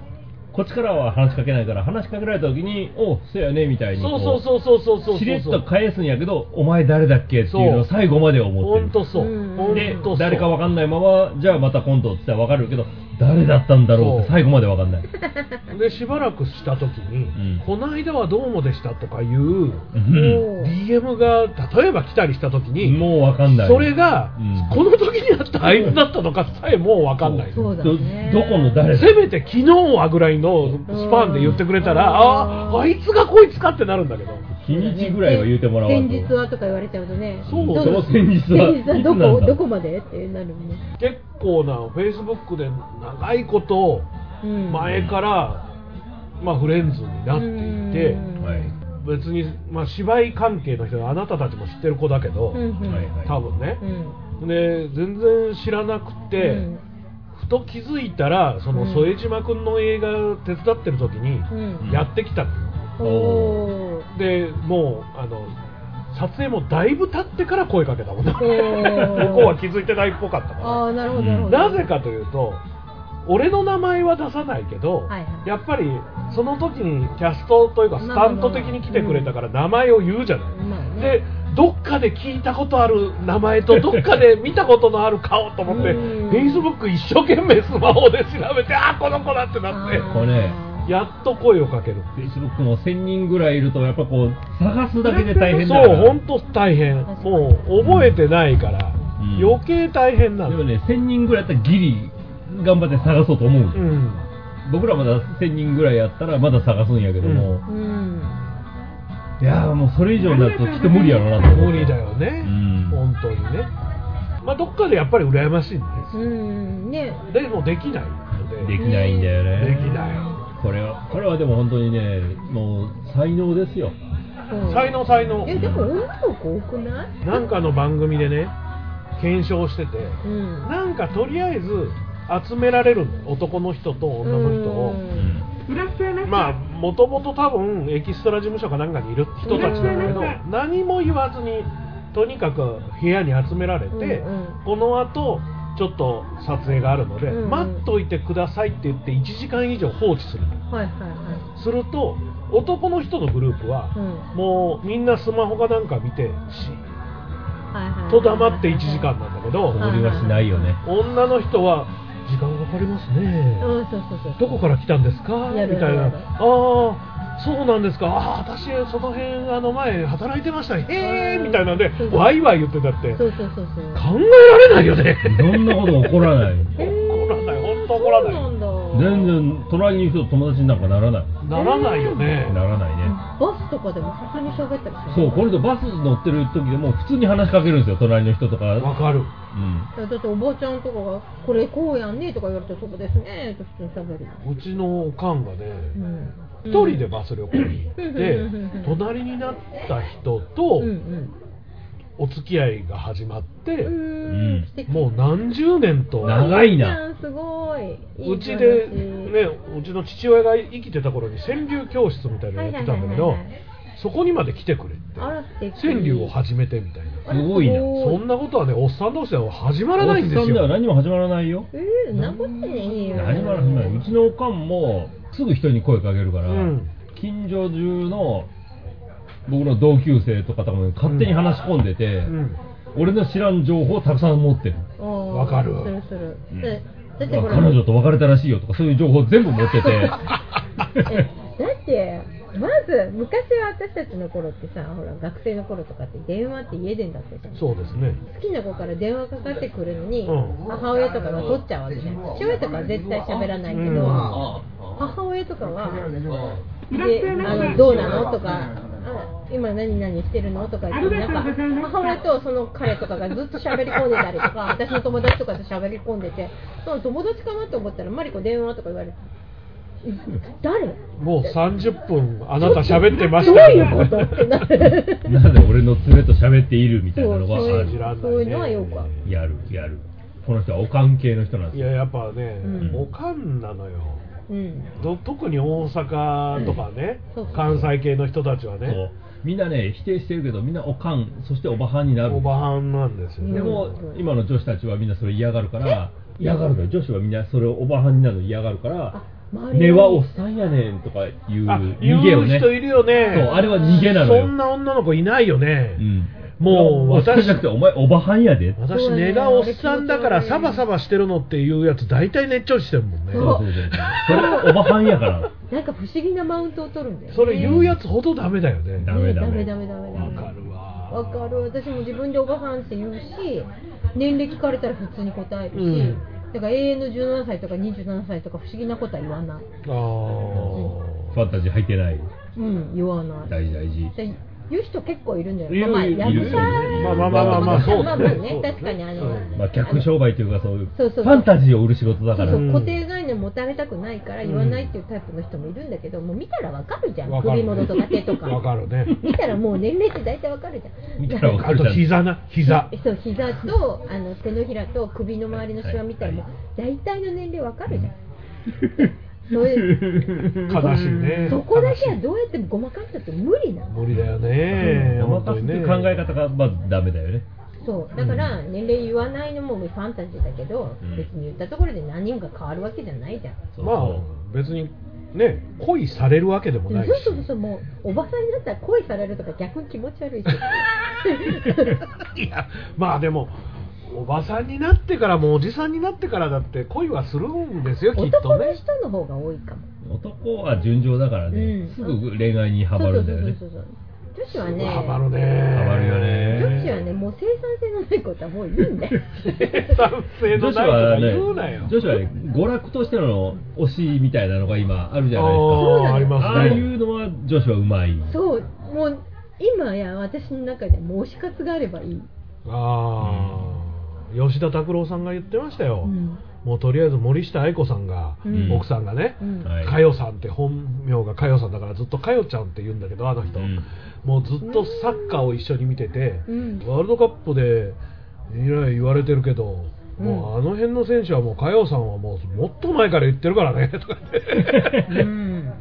[SPEAKER 2] こっちからは話しかけないから話しかけられた時に「おそうやね」みた
[SPEAKER 1] 当
[SPEAKER 2] いに
[SPEAKER 1] 無
[SPEAKER 2] こ
[SPEAKER 1] 理そうそうそうそうそうそう
[SPEAKER 2] しれっと返すんやけど「お前誰だっけ?」っていうのを最後まで思って
[SPEAKER 1] 本
[SPEAKER 2] る
[SPEAKER 1] 当そう
[SPEAKER 3] うん
[SPEAKER 1] 本
[SPEAKER 2] で
[SPEAKER 1] 当そう
[SPEAKER 2] 誰かわかんないままじゃあまた今度って言ったらわかるけど誰だったんだろうっ
[SPEAKER 1] そう
[SPEAKER 2] て最後までわかんない。
[SPEAKER 1] でしばらくした時に
[SPEAKER 2] うん
[SPEAKER 1] 「この間はどうもでした」とかいう
[SPEAKER 2] うん
[SPEAKER 3] おー
[SPEAKER 1] DM が例えば来たりした時に
[SPEAKER 2] もうわかんない。
[SPEAKER 1] それが
[SPEAKER 2] うん
[SPEAKER 1] この時にあったあいつだったのかさえもう分かんない
[SPEAKER 3] そうだ
[SPEAKER 2] ど
[SPEAKER 3] ね
[SPEAKER 2] どこの誰だ
[SPEAKER 1] せめて昨日はぐらいのスパンで言ってくれたら
[SPEAKER 3] うん
[SPEAKER 1] あああいつがこいつかってなるんだけど
[SPEAKER 2] 日にちぐらいは言うてもらわん
[SPEAKER 3] 先
[SPEAKER 2] と
[SPEAKER 3] 日はとか言われちゃうとね
[SPEAKER 1] そう
[SPEAKER 3] ど
[SPEAKER 1] そ
[SPEAKER 2] の先日は
[SPEAKER 3] 先ど
[SPEAKER 2] いつなん
[SPEAKER 3] こ
[SPEAKER 2] だ
[SPEAKER 3] どこまでってなるもんね
[SPEAKER 1] 結構なフェイスブックで長いこと
[SPEAKER 3] うん
[SPEAKER 1] 前から、まあ、フレンズになっていて
[SPEAKER 3] うん
[SPEAKER 2] はい。
[SPEAKER 1] 別に、まあ、芝居関係の人あなたたちも知ってる子だけど、
[SPEAKER 3] うんうん
[SPEAKER 2] はいはい
[SPEAKER 1] 多分ね
[SPEAKER 3] う、ん
[SPEAKER 1] で全然知らなくて、
[SPEAKER 3] うん
[SPEAKER 1] ふと気づいたらその
[SPEAKER 3] うん
[SPEAKER 1] 副島君の映画手伝ってる時に
[SPEAKER 3] うん
[SPEAKER 1] やってきた、 [LAUGHS]
[SPEAKER 3] おー
[SPEAKER 1] でもうあの撮影もだいぶ経ってから声かけたもんね向
[SPEAKER 3] [LAUGHS] お
[SPEAKER 1] [LAUGHS]
[SPEAKER 3] ー
[SPEAKER 1] こうは気づいてないっぽかったから
[SPEAKER 3] ああなるほどなるほど
[SPEAKER 1] なぜかというと俺の名前は出さないけど、
[SPEAKER 3] はいはい
[SPEAKER 1] やっぱりその時にキャストというかスタント的に来てくれたから名前を言うじゃない、
[SPEAKER 3] まあね
[SPEAKER 1] でどっかで聞いたことある名前
[SPEAKER 3] [LAUGHS]
[SPEAKER 1] とどっかで見たことのある顔と思ってフ
[SPEAKER 3] うん
[SPEAKER 1] ェイスブック一生懸命スマホで調べてああこの子だってな
[SPEAKER 3] あ
[SPEAKER 1] っ
[SPEAKER 3] ー
[SPEAKER 2] これね
[SPEAKER 1] てやっと声をかける
[SPEAKER 2] Facebook も1000人ぐらいいると、やっぱこう、探すだけで大変だから。
[SPEAKER 1] そう本当大変
[SPEAKER 3] 確かに
[SPEAKER 1] もう覚えてないから、
[SPEAKER 2] うん
[SPEAKER 1] 余計大変な
[SPEAKER 2] で
[SPEAKER 1] の
[SPEAKER 2] もね、1000人ぐらいやったらギリ頑張って探そうと思う。
[SPEAKER 1] うん
[SPEAKER 2] 僕らまだ1000人ぐらいやったらまだ探すんやけども、
[SPEAKER 3] うん
[SPEAKER 2] いやーもうそれ以上になるときっと無理やろうなと思う
[SPEAKER 1] 無理だよね、
[SPEAKER 2] うん
[SPEAKER 1] 本当にねまあどっかでやっぱり羨ましいん
[SPEAKER 3] うんね
[SPEAKER 1] ですでもできないので
[SPEAKER 2] できないんだよね
[SPEAKER 1] できない
[SPEAKER 2] これはこれはでも本当にねもう才能ですよ
[SPEAKER 3] うん
[SPEAKER 1] 才能才能
[SPEAKER 3] えでも女の子多くない
[SPEAKER 1] なんかの番組でね検証してて
[SPEAKER 3] うん
[SPEAKER 1] なんかとりあえず集められるの男の人と女の人を
[SPEAKER 3] うん
[SPEAKER 1] まあもともと多分エキストラ事務所かなんかにいる人たちなんだけど何も言わずにとにかく部屋に集められて、
[SPEAKER 3] うんうん
[SPEAKER 1] このあとちょっと撮影があるので、
[SPEAKER 3] うんうん
[SPEAKER 1] 待っといてくださいって言って1時間以上放置する
[SPEAKER 3] はいはいは
[SPEAKER 1] すると男の人のグループは、
[SPEAKER 3] いうん
[SPEAKER 1] もうみんなスマホかなんか見てじ
[SPEAKER 3] はいはいは
[SPEAKER 1] ー
[SPEAKER 3] い
[SPEAKER 1] っと黙って1時間なんだけど、
[SPEAKER 2] おごりはしないよね
[SPEAKER 1] 女の人は時間かかりますね、
[SPEAKER 3] うんそうそうそう
[SPEAKER 1] どこから来たんですか
[SPEAKER 3] やる
[SPEAKER 1] みたい
[SPEAKER 3] や
[SPEAKER 1] な
[SPEAKER 3] るやる
[SPEAKER 1] ああそうなんですかああ私その辺あの前働いてましたへえ
[SPEAKER 3] うん
[SPEAKER 1] みたいなんで
[SPEAKER 3] そうそう
[SPEAKER 1] ワイワイ言ってたって
[SPEAKER 3] そ
[SPEAKER 1] 考
[SPEAKER 3] うそうそうそう
[SPEAKER 1] えられないよね
[SPEAKER 2] いろんなこと起こらない
[SPEAKER 1] 怒らない本当怒ら
[SPEAKER 3] そう
[SPEAKER 1] な
[SPEAKER 3] なんだ
[SPEAKER 2] 全然隣の人と友達になんかならない
[SPEAKER 1] いならないよね
[SPEAKER 2] ならないね
[SPEAKER 3] バスとかでも普通に喋ったりしない
[SPEAKER 2] そうこれでバス乗ってる時でも普通に話しかけるんですよ隣の人とか、
[SPEAKER 1] わかる
[SPEAKER 2] うん、
[SPEAKER 3] だっておばちゃんとかが「これこうやんね」とか言われて「そこですね」と普通に喋る
[SPEAKER 1] うちのおかんがね
[SPEAKER 3] うん
[SPEAKER 1] 一人でバス旅行に行って隣になった人
[SPEAKER 3] う
[SPEAKER 1] と
[SPEAKER 3] んうん
[SPEAKER 1] お付き合いが始まって
[SPEAKER 3] うん
[SPEAKER 2] うん
[SPEAKER 3] 素敵
[SPEAKER 1] もう何十年と
[SPEAKER 2] 長いな
[SPEAKER 3] あすごい。いいう
[SPEAKER 1] ちで、
[SPEAKER 3] 話
[SPEAKER 1] ね、うちの父親が生きてた頃に川柳教室みたいなのやってたんだけど、
[SPEAKER 3] はいはいはいはい
[SPEAKER 1] そこにまで来てくれって
[SPEAKER 3] あら素敵。
[SPEAKER 1] 川柳を始めてみたいな
[SPEAKER 3] あら
[SPEAKER 2] すごいな
[SPEAKER 1] そんなことはねおっさん同士では始まらないんで
[SPEAKER 2] おっ
[SPEAKER 1] す
[SPEAKER 2] さんで
[SPEAKER 1] よ
[SPEAKER 2] は何も始まらないよ
[SPEAKER 3] えー、なこっちねいいよ。
[SPEAKER 2] 何も始まらないうちのおかんもすぐ人に声かけるから、
[SPEAKER 1] うん
[SPEAKER 2] 近所中の僕の同級生とかとかも勝手に話し込んでて、俺の知らん情報をたくさん持ってる、
[SPEAKER 3] うん
[SPEAKER 1] わかる
[SPEAKER 3] するする。
[SPEAKER 2] うん
[SPEAKER 3] だだってほら。
[SPEAKER 2] 彼女と別れたらしいよとかそういう情報全部持ってて
[SPEAKER 3] え [LAUGHS] だってまず昔は私たちの頃ってさほら学生の頃とかって電話って家電だったじゃん
[SPEAKER 1] そうですね
[SPEAKER 3] 好きな子から電話かかってくるのに、
[SPEAKER 1] うん
[SPEAKER 3] 母親とかが取っちゃうわけじゃん父親とかは絶対喋らないけど、
[SPEAKER 1] うん
[SPEAKER 3] 母親とかは「であのどうなの?」とかあ「今何々してるの?」とか言ってなんか母親とその彼とかがずっと喋り込んでたりと [LAUGHS] か私の友達とかと喋り込んでてその友達かなと思ったら「マリコ電話」とか言われて「誰?」
[SPEAKER 1] もう30分あなた喋ってまし
[SPEAKER 3] どう
[SPEAKER 1] た
[SPEAKER 3] いうことってなる
[SPEAKER 2] [LAUGHS] なんで俺の連れと喋っているみたいなのが
[SPEAKER 3] そう
[SPEAKER 2] あ
[SPEAKER 1] 信じらんないね
[SPEAKER 3] そういうのはよくある
[SPEAKER 2] やるやるこの人はお関係の人なんです
[SPEAKER 1] い
[SPEAKER 2] よ
[SPEAKER 1] ややっぱね、
[SPEAKER 3] うん
[SPEAKER 1] おかんなのよ
[SPEAKER 3] うん
[SPEAKER 1] ど特に大阪とかね、
[SPEAKER 3] うんそうそう
[SPEAKER 1] 関西系の人たちは
[SPEAKER 2] そ
[SPEAKER 1] ね
[SPEAKER 2] うみんなね否定してるけどみんなおかんそしておばはんになる
[SPEAKER 1] おばはんなんですよね
[SPEAKER 2] でも
[SPEAKER 3] うん
[SPEAKER 2] 今の女子たちはみんなそれ嫌がるから嫌がるのよ女子はみんなそれをおばはんになるの嫌がるから「根はおっさんやねん」とか言う
[SPEAKER 1] あ
[SPEAKER 2] 逃げ
[SPEAKER 1] 言
[SPEAKER 2] を
[SPEAKER 1] う
[SPEAKER 2] ね
[SPEAKER 1] 人いるよね
[SPEAKER 2] そうあれは逃げなのよ
[SPEAKER 1] そんな女の子いないよね、
[SPEAKER 2] うん
[SPEAKER 1] もう
[SPEAKER 2] 私じゃな
[SPEAKER 1] 私
[SPEAKER 2] くて、お前、おばはんやで。
[SPEAKER 1] 私根がおっさんだからサバサバしてるのっていうやつ大体熱調理してるもんね
[SPEAKER 2] そうそうそう。それ、おばはんやから。
[SPEAKER 3] なんか不思議なマウントを取るんだよね
[SPEAKER 1] それ言うやつほどダメだよね
[SPEAKER 2] ダメダ
[SPEAKER 3] ダ
[SPEAKER 2] メ
[SPEAKER 3] メダメダメダ
[SPEAKER 1] わ
[SPEAKER 3] メ
[SPEAKER 1] かるわ
[SPEAKER 3] わかる私も自分でおばはんって言うし年齢聞かれたら普通に答えるし、
[SPEAKER 1] うん
[SPEAKER 3] だから永遠の17歳とか27歳とか不思議なことは言わない
[SPEAKER 1] あー
[SPEAKER 2] ファンタジー入ってない。
[SPEAKER 3] うん言わない
[SPEAKER 2] 大事大事。
[SPEAKER 3] で言う人結構いるんだよ
[SPEAKER 2] いる
[SPEAKER 3] まあ
[SPEAKER 2] いる
[SPEAKER 3] 役者
[SPEAKER 1] まあまあまあまあまあそう
[SPEAKER 3] ま
[SPEAKER 1] だね
[SPEAKER 3] あまあ
[SPEAKER 1] そう
[SPEAKER 3] ね
[SPEAKER 1] だね
[SPEAKER 3] 確かにあの
[SPEAKER 1] うん
[SPEAKER 2] まあ、客商売というか、そういう、フ
[SPEAKER 3] そうそう
[SPEAKER 2] ァンタジーを売る仕事だ
[SPEAKER 3] そ
[SPEAKER 2] か
[SPEAKER 3] う
[SPEAKER 2] ら
[SPEAKER 3] そ。う
[SPEAKER 1] うん
[SPEAKER 3] 固定概念持たれたくないから言わないっていうタイプの人もいるんだけど、もう見たらわかるじゃん
[SPEAKER 1] わか
[SPEAKER 3] 首
[SPEAKER 1] る
[SPEAKER 3] 元とか手とか
[SPEAKER 1] わかるね
[SPEAKER 3] 見たらもう年齢って大体わかるじゃん
[SPEAKER 2] 見たらわか
[SPEAKER 1] あ
[SPEAKER 2] る
[SPEAKER 1] と膝な膝
[SPEAKER 3] そう膝とあの手のひらと首の周りのシワみたいな
[SPEAKER 2] はい
[SPEAKER 3] 大体の年齢わかるじゃんそ
[SPEAKER 2] [LAUGHS]
[SPEAKER 3] ういう
[SPEAKER 1] 悲しいね
[SPEAKER 3] そこだけ
[SPEAKER 1] 悲
[SPEAKER 3] は
[SPEAKER 1] しい
[SPEAKER 3] どうやってごまかしたって無理なの
[SPEAKER 1] 無理だよね
[SPEAKER 2] ごまか
[SPEAKER 1] 本当
[SPEAKER 2] すっ
[SPEAKER 1] に
[SPEAKER 2] てい
[SPEAKER 1] ね
[SPEAKER 2] う考え方が、まあ、ダメだよね。
[SPEAKER 3] そうだから年齢言わないのもファンタジーだけど、
[SPEAKER 2] うん
[SPEAKER 3] 別に言ったところで何人か変わるわけじゃないじゃん、
[SPEAKER 2] そう
[SPEAKER 1] まあ別にね恋されるわけでも
[SPEAKER 3] そ
[SPEAKER 1] な
[SPEAKER 3] う
[SPEAKER 1] いし
[SPEAKER 3] そうそうもうおばさんになったら恋されるとか逆に気持ち悪いし
[SPEAKER 1] [LAUGHS] いやまあでもおばさんになってからもおじさんになってからだって恋はするんですよきっ
[SPEAKER 3] 男
[SPEAKER 1] と
[SPEAKER 3] の
[SPEAKER 1] ね
[SPEAKER 3] 人の方が多いかも
[SPEAKER 2] 男は純情だからね、
[SPEAKER 3] うん
[SPEAKER 2] すぐ恋愛にハマるんだよね
[SPEAKER 3] そ。うそうそうそうそう女子
[SPEAKER 1] ハマ
[SPEAKER 3] は
[SPEAKER 1] る
[SPEAKER 3] ね
[SPEAKER 1] ね
[SPEAKER 2] ハマるよね
[SPEAKER 3] 女子はねもう生産性のないことはもういいんだよ
[SPEAKER 1] [LAUGHS] 賛成のない
[SPEAKER 2] 女子
[SPEAKER 1] とか
[SPEAKER 2] はね、
[SPEAKER 1] 言うなよ
[SPEAKER 2] 女子はね、娯楽としての推しみたいなのが今あるじゃない
[SPEAKER 1] あああり
[SPEAKER 2] です
[SPEAKER 1] ま
[SPEAKER 2] か。あ
[SPEAKER 1] す
[SPEAKER 2] あ
[SPEAKER 1] ね
[SPEAKER 2] いうのは女子はうまい。
[SPEAKER 3] そうもう今や私の中では推し活があればいい、
[SPEAKER 1] ああ、吉田拓郎さんが言ってましたよ、
[SPEAKER 3] うん
[SPEAKER 1] もうとりあえず森下愛子さんが、
[SPEAKER 3] うん
[SPEAKER 1] 奥さんがね、
[SPEAKER 3] うん
[SPEAKER 2] はい
[SPEAKER 1] かよさんって本名がかよさんだからずっとかよちゃんって言うんだけどあの人、
[SPEAKER 2] うん
[SPEAKER 1] もうずっとサッカーを一緒に見てて、
[SPEAKER 3] うん
[SPEAKER 1] ワールドカップで以来言われてるけど、
[SPEAKER 3] うん
[SPEAKER 1] もうあの辺の選手はもうかよさんはもうもっと前から言ってるからねとか言って
[SPEAKER 3] うん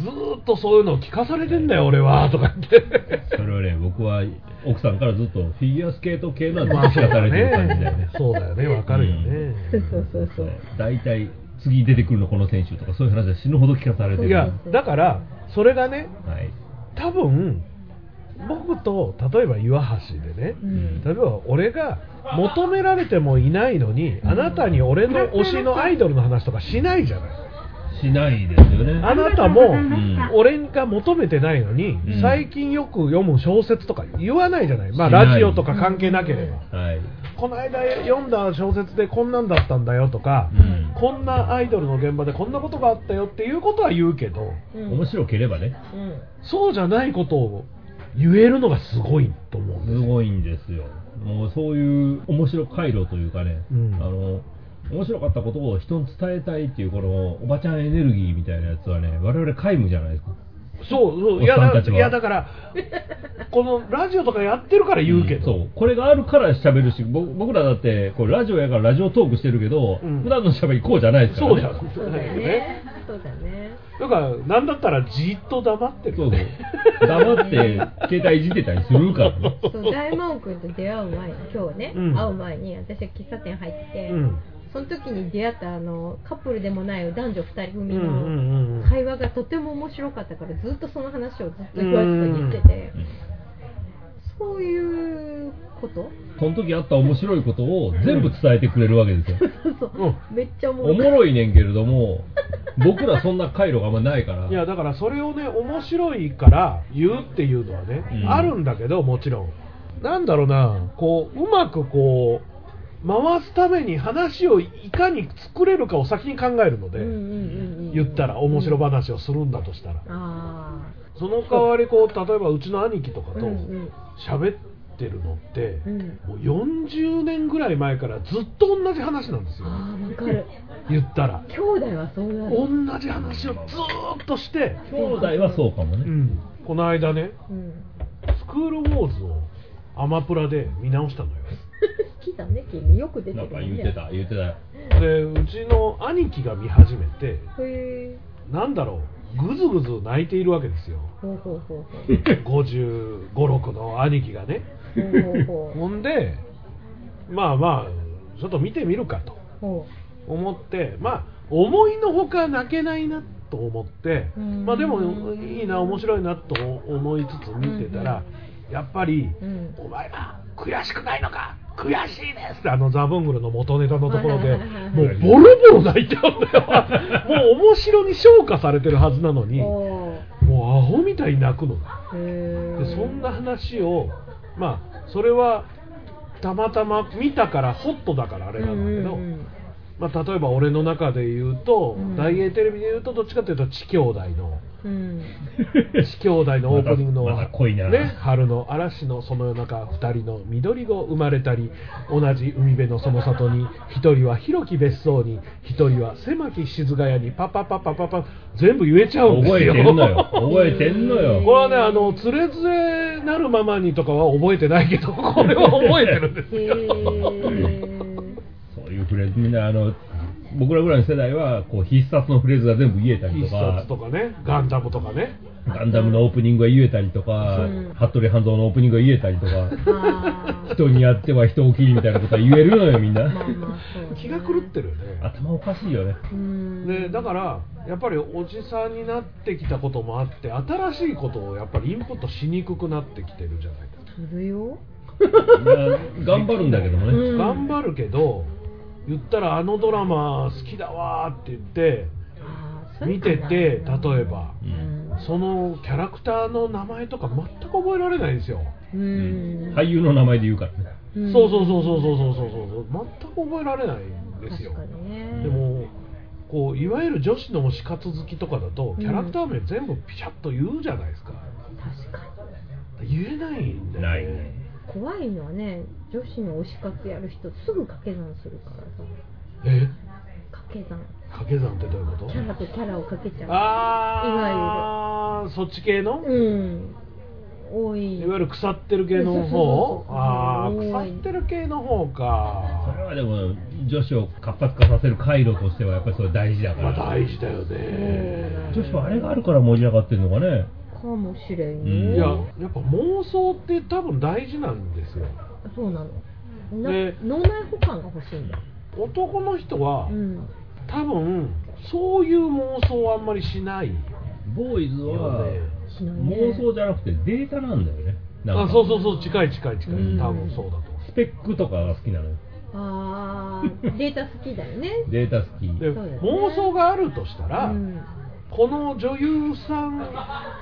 [SPEAKER 1] ずーっとそういうのを聞かされてんだよ俺はとか言って。
[SPEAKER 2] それをね、僕は奥さんからずっとフィギュアスケート系なんで
[SPEAKER 1] まあ
[SPEAKER 2] 聞
[SPEAKER 1] そう
[SPEAKER 2] かさ
[SPEAKER 1] だ
[SPEAKER 2] れてる感じだよ
[SPEAKER 1] ね
[SPEAKER 2] ね。。
[SPEAKER 1] そうだよね、わかるよね。
[SPEAKER 3] そうそうそうそう
[SPEAKER 2] 大体、次出てくるのこの選手とかそういう話は死ぬほど聞かされてる。
[SPEAKER 1] いや
[SPEAKER 3] そう
[SPEAKER 1] だからそれがね
[SPEAKER 2] はい。
[SPEAKER 1] 多分僕と例えば岩橋でね
[SPEAKER 3] うん
[SPEAKER 1] 例えば俺が求められてもいないのにあなたに俺の推しのアイドルの話とかしないじゃない
[SPEAKER 2] しないですよね。
[SPEAKER 1] あなたも
[SPEAKER 2] ん
[SPEAKER 1] 俺が求めてないのに
[SPEAKER 2] うん
[SPEAKER 1] 最近よく読む小説とか言わないじゃないまあ
[SPEAKER 2] しない
[SPEAKER 1] ラジオとか関係なければ
[SPEAKER 2] はい。
[SPEAKER 1] この間読んだ小説でこんなんだったんだよとか
[SPEAKER 2] うん
[SPEAKER 1] こんなアイドルの現場でこんなことがあったよっていうことは言うけど
[SPEAKER 3] うん
[SPEAKER 2] 面白ければね、
[SPEAKER 3] うん
[SPEAKER 1] そうじゃないことを言えるのがすごいと思うんですすよ。
[SPEAKER 2] ごいんですよ。もうそういう面白回路というかね、
[SPEAKER 1] うん
[SPEAKER 2] あの、面白かったことを人に伝えたいっていうこのおばちゃんエネルギーみたいなやつはね、我々皆無じゃないですか。
[SPEAKER 1] そうそうい
[SPEAKER 2] おっ
[SPEAKER 1] や
[SPEAKER 2] さ
[SPEAKER 1] だ
[SPEAKER 2] んたちはい
[SPEAKER 1] やだからこのラジオとかやってるから言うけど、
[SPEAKER 2] んそうこれがあるから喋るしぼ僕らだってこうラジオやからラジオトークしてるけど、
[SPEAKER 1] うん
[SPEAKER 2] 普段の喋りこうじゃないですから、
[SPEAKER 1] そう
[SPEAKER 2] ね、
[SPEAKER 1] じゃん
[SPEAKER 3] そうだよね。そうだね。
[SPEAKER 1] だからなんだったらじっと黙ってる
[SPEAKER 2] そ
[SPEAKER 1] よ
[SPEAKER 2] う
[SPEAKER 1] ね
[SPEAKER 2] そう黙って携帯いじってたりするからね
[SPEAKER 1] [LAUGHS]
[SPEAKER 3] そう大門君と出会う前に今日ね、
[SPEAKER 1] うん
[SPEAKER 3] 会う前に私は喫茶店入って、
[SPEAKER 1] うん
[SPEAKER 3] その時に出会ったあのカップルでもない男女2人組
[SPEAKER 1] うんうんうんうん
[SPEAKER 3] の会話がとても面白かったからずっとその話をずっと岩井君に言ってて、そういうこと
[SPEAKER 2] その時あった面白いことを全部伝えてくれるわ
[SPEAKER 1] [LAUGHS]
[SPEAKER 2] けですよ、
[SPEAKER 3] そうそう、
[SPEAKER 1] う
[SPEAKER 3] めっちゃおも
[SPEAKER 2] お
[SPEAKER 3] ろ
[SPEAKER 2] も
[SPEAKER 3] い。
[SPEAKER 2] ろいねんけれども僕らそんな回路があんまないから
[SPEAKER 1] いやだからそれをね面白いから言うっていうのはね、
[SPEAKER 2] うん
[SPEAKER 1] あるんだけどもちろんなんだろうなこううまくこう回すために話をいかに作れるかを先に考えるので、
[SPEAKER 3] うんうんうんうん
[SPEAKER 1] 言ったら面白話をするんだとしたら、
[SPEAKER 3] ああ。
[SPEAKER 1] その代わりこう例えばうちの兄貴とかと
[SPEAKER 3] うんうん
[SPEAKER 1] 喋ってるのって、
[SPEAKER 3] うん
[SPEAKER 1] もう40年ぐらい前からずっと同じ話なんですよ
[SPEAKER 3] ああ、わかる。
[SPEAKER 1] 言ったら
[SPEAKER 3] 兄弟はそうな
[SPEAKER 1] 同
[SPEAKER 3] る。
[SPEAKER 1] じ話をずーっとして、
[SPEAKER 2] 兄弟はそうかも
[SPEAKER 1] う
[SPEAKER 2] ね、
[SPEAKER 1] ん、この間ね
[SPEAKER 3] うん。
[SPEAKER 1] 「スクールウォーズ」をアマプラで見直したのよ
[SPEAKER 3] 来たね、君。よく出て
[SPEAKER 2] なん
[SPEAKER 3] る
[SPEAKER 2] か
[SPEAKER 3] も
[SPEAKER 2] 言
[SPEAKER 3] ん
[SPEAKER 2] っ
[SPEAKER 3] ね。
[SPEAKER 2] てた言って
[SPEAKER 1] [LAUGHS]
[SPEAKER 2] た
[SPEAKER 1] でうちの兄貴が見始めて
[SPEAKER 3] へえ。
[SPEAKER 1] なんだろうぐずぐず泣いているわけですよ
[SPEAKER 3] ほうほうほうほう。
[SPEAKER 1] 5 5 6の兄貴がね
[SPEAKER 3] ほ
[SPEAKER 1] [LAUGHS]
[SPEAKER 3] うほう
[SPEAKER 1] ほんでまあまあちょっと見てみるかと
[SPEAKER 3] ほ
[SPEAKER 1] 思ってまあ思いのほか泣けないなと思って
[SPEAKER 3] うん
[SPEAKER 1] まあでもいいな面白いなと思いつつ見てたらやっぱり、
[SPEAKER 3] うん
[SPEAKER 1] お前は悔しくないのか悔しいですってあのザブングルの元ネタのところ
[SPEAKER 3] は
[SPEAKER 1] で
[SPEAKER 3] いはいはいはい
[SPEAKER 1] もうボロボロ泣いちゃうんだよもう面白に昇華されてるはずなのにも
[SPEAKER 3] おー
[SPEAKER 1] うアホみたいに泣くの
[SPEAKER 3] へ
[SPEAKER 1] で
[SPEAKER 3] ー
[SPEAKER 1] そんな話をまあそれはたまたま見たからホットだからあれなんだけど、
[SPEAKER 3] うんうん
[SPEAKER 1] まあ、例えば俺の中で言うと、
[SPEAKER 3] うん
[SPEAKER 1] 大英テレビで言うとどっちかというと地兄弟の
[SPEAKER 3] うん
[SPEAKER 1] 地兄弟のオープニングの、
[SPEAKER 2] またまた濃いな
[SPEAKER 1] ね、春の嵐のその夜中2人の緑子生まれたり同じ海辺のその里に1人は広き別荘に1人は狭き静ヶ谷にパパパパパパ全部言えちゃうんですよ
[SPEAKER 2] 覚えてんのよ覚えてんの
[SPEAKER 1] [LAUGHS] これ
[SPEAKER 2] よ
[SPEAKER 1] はねあのつれづれなるままにとかは覚えてないけど [LAUGHS] これは覚
[SPEAKER 2] [LAUGHS]
[SPEAKER 1] えてるんです
[SPEAKER 3] へ
[SPEAKER 1] よ [LAUGHS]
[SPEAKER 3] ー
[SPEAKER 2] そういうフレーズみんなあの僕らぐらいの世代はこう必殺のフレーズが全部言えたり
[SPEAKER 1] 必
[SPEAKER 2] とか
[SPEAKER 1] 殺とかねガンダムとかね
[SPEAKER 2] ガンダムのオープニングが言えたりとか、
[SPEAKER 3] うん
[SPEAKER 2] 服部半蔵のオープニングが言えたりとか
[SPEAKER 3] あー
[SPEAKER 2] 人にやっては人を切りみたいなことは言えるのよみんな
[SPEAKER 3] まあまあそうね
[SPEAKER 1] 気が狂ってるよね
[SPEAKER 2] 頭おかしいよね
[SPEAKER 3] うん
[SPEAKER 1] でだからやっぱりおじさんになってきたこともあって新しいことをやっぱりインプットしにくくなってきてるじゃないですか、
[SPEAKER 3] するよ
[SPEAKER 2] いや頑張るんだけどもね、
[SPEAKER 3] うん
[SPEAKER 1] 頑張るけど言ったらあのドラマ好きだわーって言って
[SPEAKER 3] あーそれ
[SPEAKER 1] 見
[SPEAKER 3] か
[SPEAKER 1] て
[SPEAKER 3] な
[SPEAKER 1] て例えば
[SPEAKER 3] うん
[SPEAKER 1] そのキャラクターの名前とか全く覚えられないんですよ、
[SPEAKER 3] う
[SPEAKER 2] うん
[SPEAKER 3] ん
[SPEAKER 2] 俳優の名前で言うからね
[SPEAKER 3] ん
[SPEAKER 1] そうそうそうそうそうそうそうそう全く覚えられないんですよ
[SPEAKER 3] 確かにね
[SPEAKER 1] でもこういわゆる女子の推し活好きとかだとキャラクター名全部ピシャッと言うじゃないですか、
[SPEAKER 3] 確か
[SPEAKER 1] 言えないんだよ
[SPEAKER 2] ないね
[SPEAKER 3] に怖いのはね女子の推し活やる人すぐ掛け算するからさ
[SPEAKER 1] え
[SPEAKER 3] 掛け算
[SPEAKER 1] 掛け算ってどういうこと
[SPEAKER 3] キャラとキャラをかけちゃ
[SPEAKER 1] ああそっち系の、
[SPEAKER 3] ううん多い
[SPEAKER 1] いわゆる腐ってる系の
[SPEAKER 3] そうそうそ
[SPEAKER 1] 方
[SPEAKER 3] うそう
[SPEAKER 1] ああ
[SPEAKER 3] 多い
[SPEAKER 1] 腐ってる系の方
[SPEAKER 2] それ
[SPEAKER 1] か
[SPEAKER 2] はでも女子を活発化させる回路としてはやっぱりそれ大事だから、
[SPEAKER 1] まあ大事だよね
[SPEAKER 2] 女子はあれがあるから盛り上がってるのかね
[SPEAKER 3] かもしれん
[SPEAKER 2] うん
[SPEAKER 1] い
[SPEAKER 3] ね
[SPEAKER 1] ややっぱ妄想って多分大事なんですよ
[SPEAKER 3] そうなのな
[SPEAKER 1] で
[SPEAKER 3] 脳内保管が欲しいんだ
[SPEAKER 1] 男の人は、
[SPEAKER 3] うん
[SPEAKER 1] 多分そういう妄想はあんまりしない
[SPEAKER 2] ボーイズは
[SPEAKER 3] しないね
[SPEAKER 2] 妄想じゃなくてデータなんだよねなん
[SPEAKER 1] あ
[SPEAKER 2] か
[SPEAKER 1] そうそうそう近い近い近い、
[SPEAKER 3] うん
[SPEAKER 1] 多分そうだと思
[SPEAKER 2] スペックとかが好きなのよ
[SPEAKER 3] あーデータ好きだよね
[SPEAKER 2] データ好き
[SPEAKER 1] うで、
[SPEAKER 3] そうだよね
[SPEAKER 1] 妄想があるとした
[SPEAKER 3] う
[SPEAKER 1] ら、
[SPEAKER 3] ん
[SPEAKER 1] この女優さん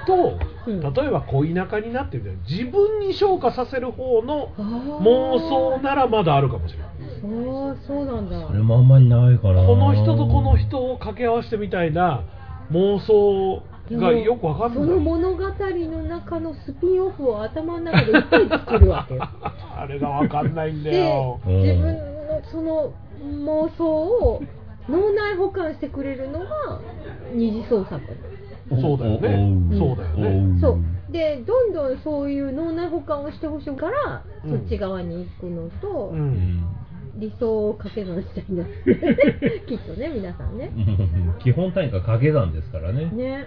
[SPEAKER 1] と
[SPEAKER 3] うん
[SPEAKER 1] 例えば恋仲になってみたいな自分に昇華させる方の
[SPEAKER 3] あー
[SPEAKER 1] 妄想ならまだあるかもしれない
[SPEAKER 3] ああそうなんだ
[SPEAKER 2] それもあんまりないか
[SPEAKER 1] こ
[SPEAKER 2] ら
[SPEAKER 1] の人とこの人を掛け合わせてみたいな妄想がよくわかん
[SPEAKER 3] その
[SPEAKER 1] ない
[SPEAKER 3] 物語の中のスピンオフを頭の中でいっぱい作るわけ [LAUGHS] よ
[SPEAKER 1] [LAUGHS] あれがわかんないんだ
[SPEAKER 3] で
[SPEAKER 1] よ
[SPEAKER 2] うん
[SPEAKER 3] 自分のその妄想を脳内保管してくれるのが二次創作
[SPEAKER 1] そうだよねそうだよね
[SPEAKER 3] そうでどんどんそういう脳内保管をしてほしいから、
[SPEAKER 1] うん
[SPEAKER 3] そっち側に行くのと、
[SPEAKER 1] う
[SPEAKER 2] うんん
[SPEAKER 3] 理想を掛け算したいんだきっとね皆さんね
[SPEAKER 2] うん [LAUGHS] 基本単位が掛け算ですからね
[SPEAKER 3] ね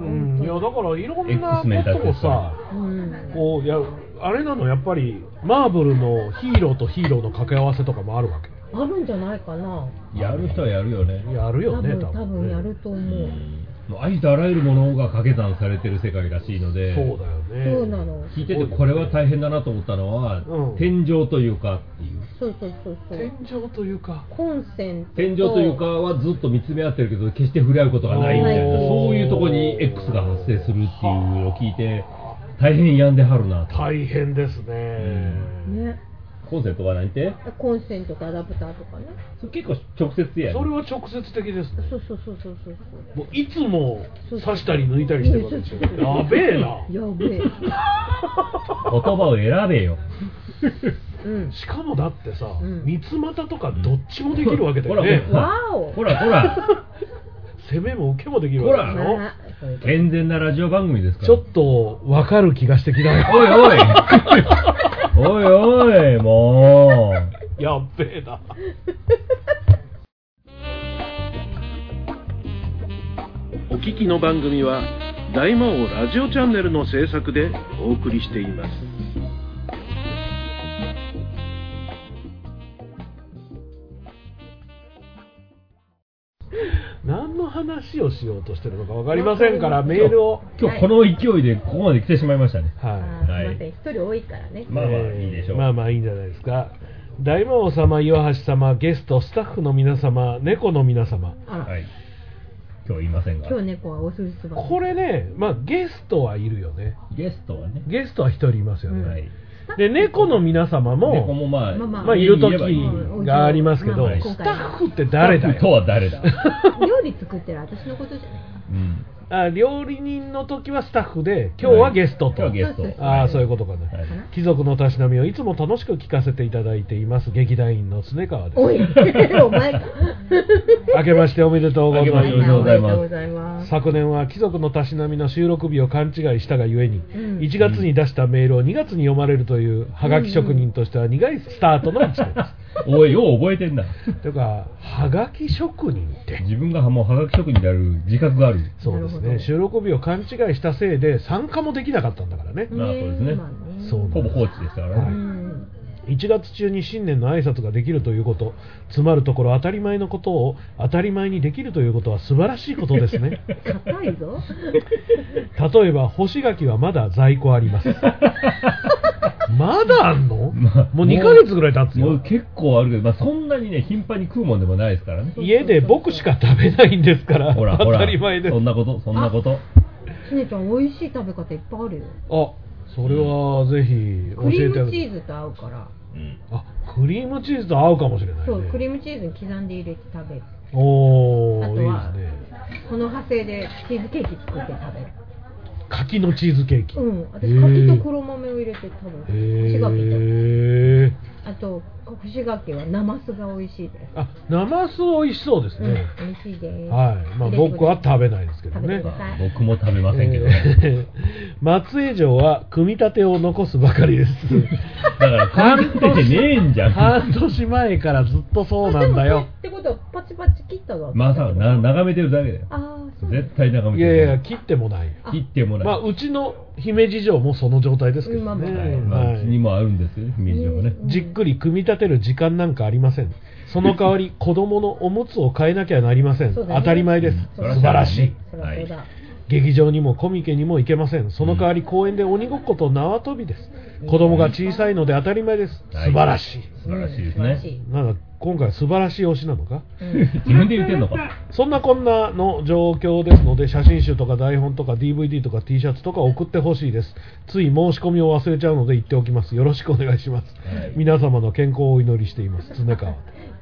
[SPEAKER 1] う
[SPEAKER 2] は
[SPEAKER 1] んいやだからいろんな
[SPEAKER 2] X メーター
[SPEAKER 1] ことをさ
[SPEAKER 3] うん
[SPEAKER 1] こういやあれなのやっぱりマーブルのヒーローとヒーローの掛け合わせとかもあるわけ
[SPEAKER 3] あるんじゃないかない
[SPEAKER 2] やる人はやるよね
[SPEAKER 1] やるよね
[SPEAKER 3] 多分多分
[SPEAKER 1] ね
[SPEAKER 3] やると思う、
[SPEAKER 2] もうありとあらゆるものが掛け算されてる世界らしいので
[SPEAKER 1] そうだよね
[SPEAKER 3] そうなの
[SPEAKER 2] 聞いててこれは大変だなと思ったのは、
[SPEAKER 1] うん
[SPEAKER 2] 天井というかっていう
[SPEAKER 3] そうそうそうそう
[SPEAKER 1] 天井というか
[SPEAKER 3] コンセント
[SPEAKER 2] 天井というかはずっと見つめ合ってるけど決して触れ合うことがないみたいな
[SPEAKER 1] おー
[SPEAKER 2] そういうとこに X が発生するっていうのを聞いて大変病んではるなと
[SPEAKER 1] 大変ですね、
[SPEAKER 3] ね
[SPEAKER 2] コンセントは何て
[SPEAKER 3] コンセントとアダプターとかね
[SPEAKER 2] それ結構直接や
[SPEAKER 1] それ
[SPEAKER 2] ね
[SPEAKER 1] は直接的ですね
[SPEAKER 3] そうそうそうそうそう
[SPEAKER 1] もういつも刺したり抜いたりしてるわけですよやべえな
[SPEAKER 3] やべえ
[SPEAKER 2] 言葉を選べよ
[SPEAKER 3] うん
[SPEAKER 1] しかもだってさ、
[SPEAKER 3] うん
[SPEAKER 1] 三つ股とかどっちもできるわけだよ
[SPEAKER 2] ほ
[SPEAKER 1] ね、
[SPEAKER 2] ら
[SPEAKER 3] わお
[SPEAKER 2] ほらほら
[SPEAKER 1] [LAUGHS] 攻めも受けもできるわけでし
[SPEAKER 2] ほ
[SPEAKER 1] ょ
[SPEAKER 3] なそういうこと
[SPEAKER 2] 健全なラジオ番組ですから
[SPEAKER 1] ちょっと分かる気がしてきたよ
[SPEAKER 2] おいおいおいおいも
[SPEAKER 1] [LAUGHS] やっべえな
[SPEAKER 4] お聞きの番組は大魔王ラジオチャンネルの制作でお送りしています
[SPEAKER 1] 何の話をしようとしてるのか分かりませんからメールを
[SPEAKER 2] う今日この勢いでここまで来てしまいましたね
[SPEAKER 1] は
[SPEAKER 3] はいません、一、人多いからね。
[SPEAKER 2] まあまあいいでしょう
[SPEAKER 1] まあまあいいんじゃないですか大魔王様岩橋様ゲストスタッフの皆様猫の皆様
[SPEAKER 3] あら、
[SPEAKER 2] はい今日いませんが
[SPEAKER 3] 今日猫はおすすば。
[SPEAKER 1] これねまあゲストはいるよね
[SPEAKER 2] ゲストはね
[SPEAKER 1] ゲストは一人いますよね、
[SPEAKER 3] うん
[SPEAKER 2] はい
[SPEAKER 1] で猫の皆様
[SPEAKER 2] 猫
[SPEAKER 1] も
[SPEAKER 2] もまあ
[SPEAKER 3] まあまあ
[SPEAKER 1] まあいる時
[SPEAKER 2] 家にいればいい
[SPEAKER 1] がありますけど、
[SPEAKER 2] まあ
[SPEAKER 1] スタッフって誰だ
[SPEAKER 2] スタッフと
[SPEAKER 1] よ
[SPEAKER 2] は
[SPEAKER 4] [LAUGHS]
[SPEAKER 2] 誰だ
[SPEAKER 3] 料理作ってる私のことじゃない。
[SPEAKER 2] うん
[SPEAKER 1] あ料理人の時はスタッフで今日はゲストと、
[SPEAKER 2] 今日はゲスト
[SPEAKER 1] ああそういう
[SPEAKER 2] こ
[SPEAKER 1] ことかな、
[SPEAKER 2] はい
[SPEAKER 1] 貴族のたしなみをいつも楽しく聞かせていただいています劇団員の常川です [LAUGHS]
[SPEAKER 3] おい、お前か。
[SPEAKER 1] 明けましておめでとうござい
[SPEAKER 2] 明けま
[SPEAKER 1] ま
[SPEAKER 2] し
[SPEAKER 1] す
[SPEAKER 2] ておめでとうございます
[SPEAKER 3] おめでとうございます。
[SPEAKER 1] 昨年は貴族のたしなみの収録日を勘違いしたがゆえに、
[SPEAKER 3] うん
[SPEAKER 1] 1月に出したメールを2月に読まれるというはがき職人としては苦いスタートの1年です、
[SPEAKER 2] おいよう覚えてんな
[SPEAKER 3] [LAUGHS]
[SPEAKER 1] というかはがき職人って
[SPEAKER 2] 自分がもうはがき職人である自覚がある
[SPEAKER 1] そうです
[SPEAKER 3] なるほど
[SPEAKER 1] ね収録日を勘違いしたせいで参加もできなかったんだからね、
[SPEAKER 2] まあそうですね
[SPEAKER 3] まあね
[SPEAKER 1] そう
[SPEAKER 2] ほぼ放置でしたから
[SPEAKER 1] は
[SPEAKER 2] ね
[SPEAKER 3] うん
[SPEAKER 1] 1月中に新年の挨拶ができるということつまるところ当たり前のことを当たり前にできるということは素晴らしいことです
[SPEAKER 3] [LAUGHS]
[SPEAKER 1] ね
[SPEAKER 3] 硬いぞ。
[SPEAKER 1] 例えば干し柿はまだ在庫あります
[SPEAKER 2] [LAUGHS]
[SPEAKER 1] まだあんの、
[SPEAKER 2] まあ
[SPEAKER 1] もう2ヶ月ぐらい経つ
[SPEAKER 2] もう
[SPEAKER 1] よ
[SPEAKER 2] 結構あるけど、まあ、そんなにね頻繁に食うもんでもないですか
[SPEAKER 1] [LAUGHS]
[SPEAKER 2] らね
[SPEAKER 1] 家で僕しか食べないんですから
[SPEAKER 2] ほらほ
[SPEAKER 1] 当
[SPEAKER 2] ら
[SPEAKER 1] たり前です
[SPEAKER 2] そんなことそんなこと
[SPEAKER 3] しねちゃん、美味しい食べ方いっぱいあるよ。
[SPEAKER 1] あそれはぜひ教
[SPEAKER 3] ク
[SPEAKER 1] えて
[SPEAKER 3] リー
[SPEAKER 1] あ
[SPEAKER 3] ムチ
[SPEAKER 1] げ
[SPEAKER 3] ーズと合うから。
[SPEAKER 2] うん
[SPEAKER 1] あクリームチーズと合うかもしれない、ね、
[SPEAKER 3] そう、クリームチーズに刻んで入れて食べる。
[SPEAKER 1] お
[SPEAKER 3] あと
[SPEAKER 1] ー
[SPEAKER 3] はい
[SPEAKER 1] いですね
[SPEAKER 3] この派生でチーズケーキ作って食べる。
[SPEAKER 1] 柿のチーズケーキ、
[SPEAKER 3] うん、
[SPEAKER 1] へ
[SPEAKER 3] 私、
[SPEAKER 1] ー
[SPEAKER 3] 柿と黒豆を入れて食べる。干し柿と。
[SPEAKER 1] へえ
[SPEAKER 3] あと、干し柿はなますが美味しいです。
[SPEAKER 1] あナマス美味しそうです
[SPEAKER 3] うん
[SPEAKER 1] ね、、
[SPEAKER 3] 美味しいです。
[SPEAKER 1] はいまあ僕は食べないですけどね
[SPEAKER 3] 食べてください
[SPEAKER 2] 僕も食べませんけど、
[SPEAKER 1] えー [LAUGHS] 松江城は組み立てを残すばか
[SPEAKER 2] [LAUGHS]
[SPEAKER 1] りです
[SPEAKER 2] だから食べてねえんじゃん
[SPEAKER 1] 半年前からずっとそうなんだ
[SPEAKER 2] [LAUGHS]
[SPEAKER 1] よ
[SPEAKER 3] あでもこれってことはパチパチ切ったの
[SPEAKER 2] まあさな眺めてるだけだよ
[SPEAKER 3] ああ、そう
[SPEAKER 2] 絶対眺め
[SPEAKER 1] い
[SPEAKER 2] て
[SPEAKER 1] や
[SPEAKER 2] る
[SPEAKER 1] いや切ってもないよ
[SPEAKER 3] あ
[SPEAKER 2] 切ってもら
[SPEAKER 1] まあ
[SPEAKER 2] う、
[SPEAKER 1] うちの姫路城もその状態ですけ
[SPEAKER 3] うんま
[SPEAKER 1] ど
[SPEAKER 3] あまあ
[SPEAKER 1] ね、
[SPEAKER 2] はいまあ、うちにもあるんですよ姫路城はね
[SPEAKER 3] うん
[SPEAKER 1] じっくり組み立てる時間なんかありませんその代わ
[SPEAKER 2] [LAUGHS]
[SPEAKER 1] り子供のおむつを変えなきゃなりません、
[SPEAKER 3] そうだね
[SPEAKER 1] 当たり前です、
[SPEAKER 3] うん
[SPEAKER 1] 素晴らしい
[SPEAKER 3] そりゃそうだ。
[SPEAKER 1] 劇場にもコミケにも行けませんその代わり公園で鬼ごっこと縄跳びです、子供が小さいので当たり前です、
[SPEAKER 2] はい
[SPEAKER 1] 素晴らしい
[SPEAKER 2] 素晴らしいです
[SPEAKER 3] うん素晴
[SPEAKER 2] ね
[SPEAKER 3] らしい
[SPEAKER 1] なんか今回は素晴らしい推しなのか
[SPEAKER 3] うん
[SPEAKER 2] 自分で言ってんのか
[SPEAKER 1] そんなこんなの状況ですので写真集とか台本とか DVD とか T シャツとか送ってほしいですつい申し込みを忘れちゃうので言っておきますよろしくお願いします、
[SPEAKER 2] はい
[SPEAKER 1] 皆様の健康をお祈りしています常川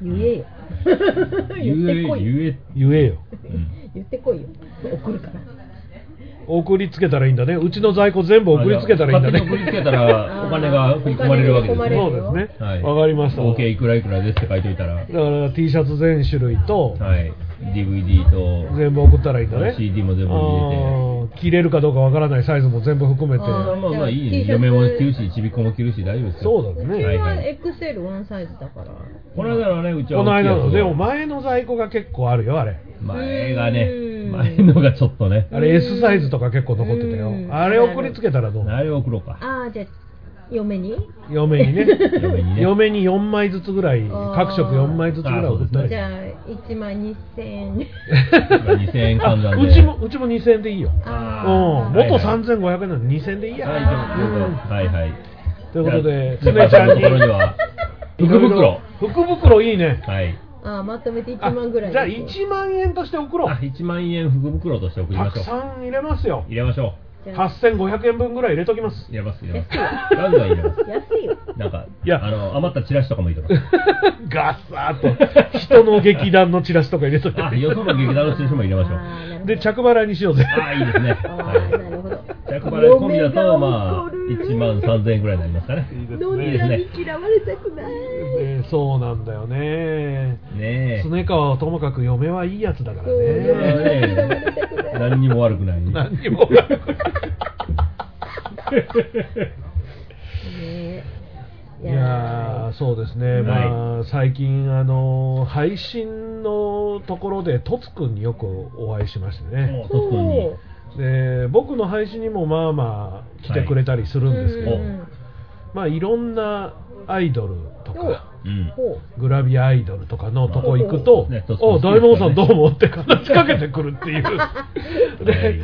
[SPEAKER 3] 言えよ。
[SPEAKER 2] [LAUGHS] 言え
[SPEAKER 3] 言ってこいよ。
[SPEAKER 2] 言え、
[SPEAKER 1] 言えよ
[SPEAKER 2] うん
[SPEAKER 3] 言ってこいよ。怒るから。
[SPEAKER 1] 送りつけたらいいんだねうちの在庫全部送りつけたらいいんだね
[SPEAKER 2] 勝手に送りつけたらお金が振り込まれるわけです
[SPEAKER 3] お
[SPEAKER 2] よ
[SPEAKER 1] そう
[SPEAKER 3] 金が振り込まれる
[SPEAKER 1] です
[SPEAKER 3] よ
[SPEAKER 1] ねわ、
[SPEAKER 2] はい
[SPEAKER 1] かりました
[SPEAKER 2] 合計いくらいくらですって書いておいたら、は
[SPEAKER 1] だから T シャツ全種類と、
[SPEAKER 2] い、DVD と
[SPEAKER 1] 全部送ったらいいんだね
[SPEAKER 2] CD も全部入
[SPEAKER 1] あー切れるかどうかわからないサイズも全部含めて
[SPEAKER 3] あー
[SPEAKER 2] まあまあまあいい
[SPEAKER 3] じゃあ
[SPEAKER 2] ね
[SPEAKER 3] T シ
[SPEAKER 2] 嫁も着る
[SPEAKER 3] ャツ
[SPEAKER 2] しちびっ子も着るし大丈夫ですよ
[SPEAKER 1] そうだ
[SPEAKER 3] うち
[SPEAKER 1] ね、
[SPEAKER 2] はい
[SPEAKER 3] は
[SPEAKER 2] はい
[SPEAKER 3] XL ワンサイズだから。
[SPEAKER 2] この間のねうちは
[SPEAKER 1] この間
[SPEAKER 2] 大きいや
[SPEAKER 1] の
[SPEAKER 2] つ
[SPEAKER 1] でも前の在庫が結構あるよあれ
[SPEAKER 2] 前がね
[SPEAKER 3] うん
[SPEAKER 2] 前のがちょっとね
[SPEAKER 1] あれ S サイズとか結構残ってたよ
[SPEAKER 3] うん
[SPEAKER 1] あれ送りつけたらどう
[SPEAKER 2] あれを送ろうか
[SPEAKER 3] ああ、じゃあ、嫁に
[SPEAKER 1] 嫁にね
[SPEAKER 2] [LAUGHS] 嫁にね
[SPEAKER 1] 嫁に4枚ずつぐらい
[SPEAKER 3] ー
[SPEAKER 1] 各色4枚ずつぐらい送ったらいい
[SPEAKER 3] じゃあ、1万2000円。
[SPEAKER 2] [LAUGHS] 2000円換
[SPEAKER 1] あ
[SPEAKER 2] 算で
[SPEAKER 1] うちもうちも2000でいいようん
[SPEAKER 3] あー
[SPEAKER 1] 元
[SPEAKER 2] 三
[SPEAKER 1] 3500円なのに2000でいいや、
[SPEAKER 2] はいはいはい
[SPEAKER 1] ということで
[SPEAKER 2] じ
[SPEAKER 1] 常
[SPEAKER 2] ゃあ
[SPEAKER 1] ちゃん
[SPEAKER 2] と
[SPEAKER 1] に
[SPEAKER 2] ころでは福袋
[SPEAKER 1] 福袋いいね
[SPEAKER 2] はい
[SPEAKER 3] ああ、まとめて1
[SPEAKER 1] あ
[SPEAKER 3] 万ぐらい。
[SPEAKER 1] じゃあ1万円として送ろ
[SPEAKER 2] あ
[SPEAKER 1] う
[SPEAKER 2] 1万円福袋として送り
[SPEAKER 1] た
[SPEAKER 2] まし
[SPEAKER 1] く
[SPEAKER 2] ょう
[SPEAKER 1] さん入れますよ
[SPEAKER 2] 入れましょ
[SPEAKER 3] じゃあ
[SPEAKER 1] 8500円分ぐらい入れときます
[SPEAKER 2] う入れます入れますガンガン入れます
[SPEAKER 3] 安いよ。
[SPEAKER 2] なんか
[SPEAKER 1] いや
[SPEAKER 2] あの余ったチラシとかもいいとか
[SPEAKER 1] ガッサーと [LAUGHS] 人の劇団のチラシとか入れとい
[SPEAKER 2] あ
[SPEAKER 1] て
[SPEAKER 2] よその劇団のチラシも入れましょう
[SPEAKER 3] あーなるほど
[SPEAKER 1] で着払いにしようぜ
[SPEAKER 2] ああいいですね
[SPEAKER 3] あ
[SPEAKER 2] は
[SPEAKER 3] ーないるほど。
[SPEAKER 2] 着払い込みだとまあ1万3000円ぐらいになりますかね
[SPEAKER 3] ど
[SPEAKER 2] ね
[SPEAKER 3] んなに嫌われたくない。
[SPEAKER 1] ねそうなんだよね
[SPEAKER 2] ねえ
[SPEAKER 1] 常川はともかく嫁はいいやつだから
[SPEAKER 3] そう
[SPEAKER 1] ね
[SPEAKER 2] ねえ何にも悪くない
[SPEAKER 1] 何にも悪くない
[SPEAKER 3] ね
[SPEAKER 1] いやーそうですね、
[SPEAKER 2] はい
[SPEAKER 1] まあ、最近、あのー配信のところで、とつくんによくお会いしましてね、
[SPEAKER 2] 特に
[SPEAKER 3] そう
[SPEAKER 1] で僕の配信にもまあまあ来てくれたりするんですけど、
[SPEAKER 2] はい
[SPEAKER 3] うんうん
[SPEAKER 1] まあ、いろんなアイドルとか、
[SPEAKER 2] うん
[SPEAKER 3] ほ
[SPEAKER 1] グラビアアイドルとかのとこ行くと、
[SPEAKER 2] ね
[SPEAKER 1] あ
[SPEAKER 2] とつくん好き
[SPEAKER 1] 大門さん、
[SPEAKER 2] です
[SPEAKER 1] ど
[SPEAKER 2] ね
[SPEAKER 1] うもって話しかけてくるって
[SPEAKER 2] [LAUGHS]
[SPEAKER 1] いう、
[SPEAKER 2] はい
[SPEAKER 1] で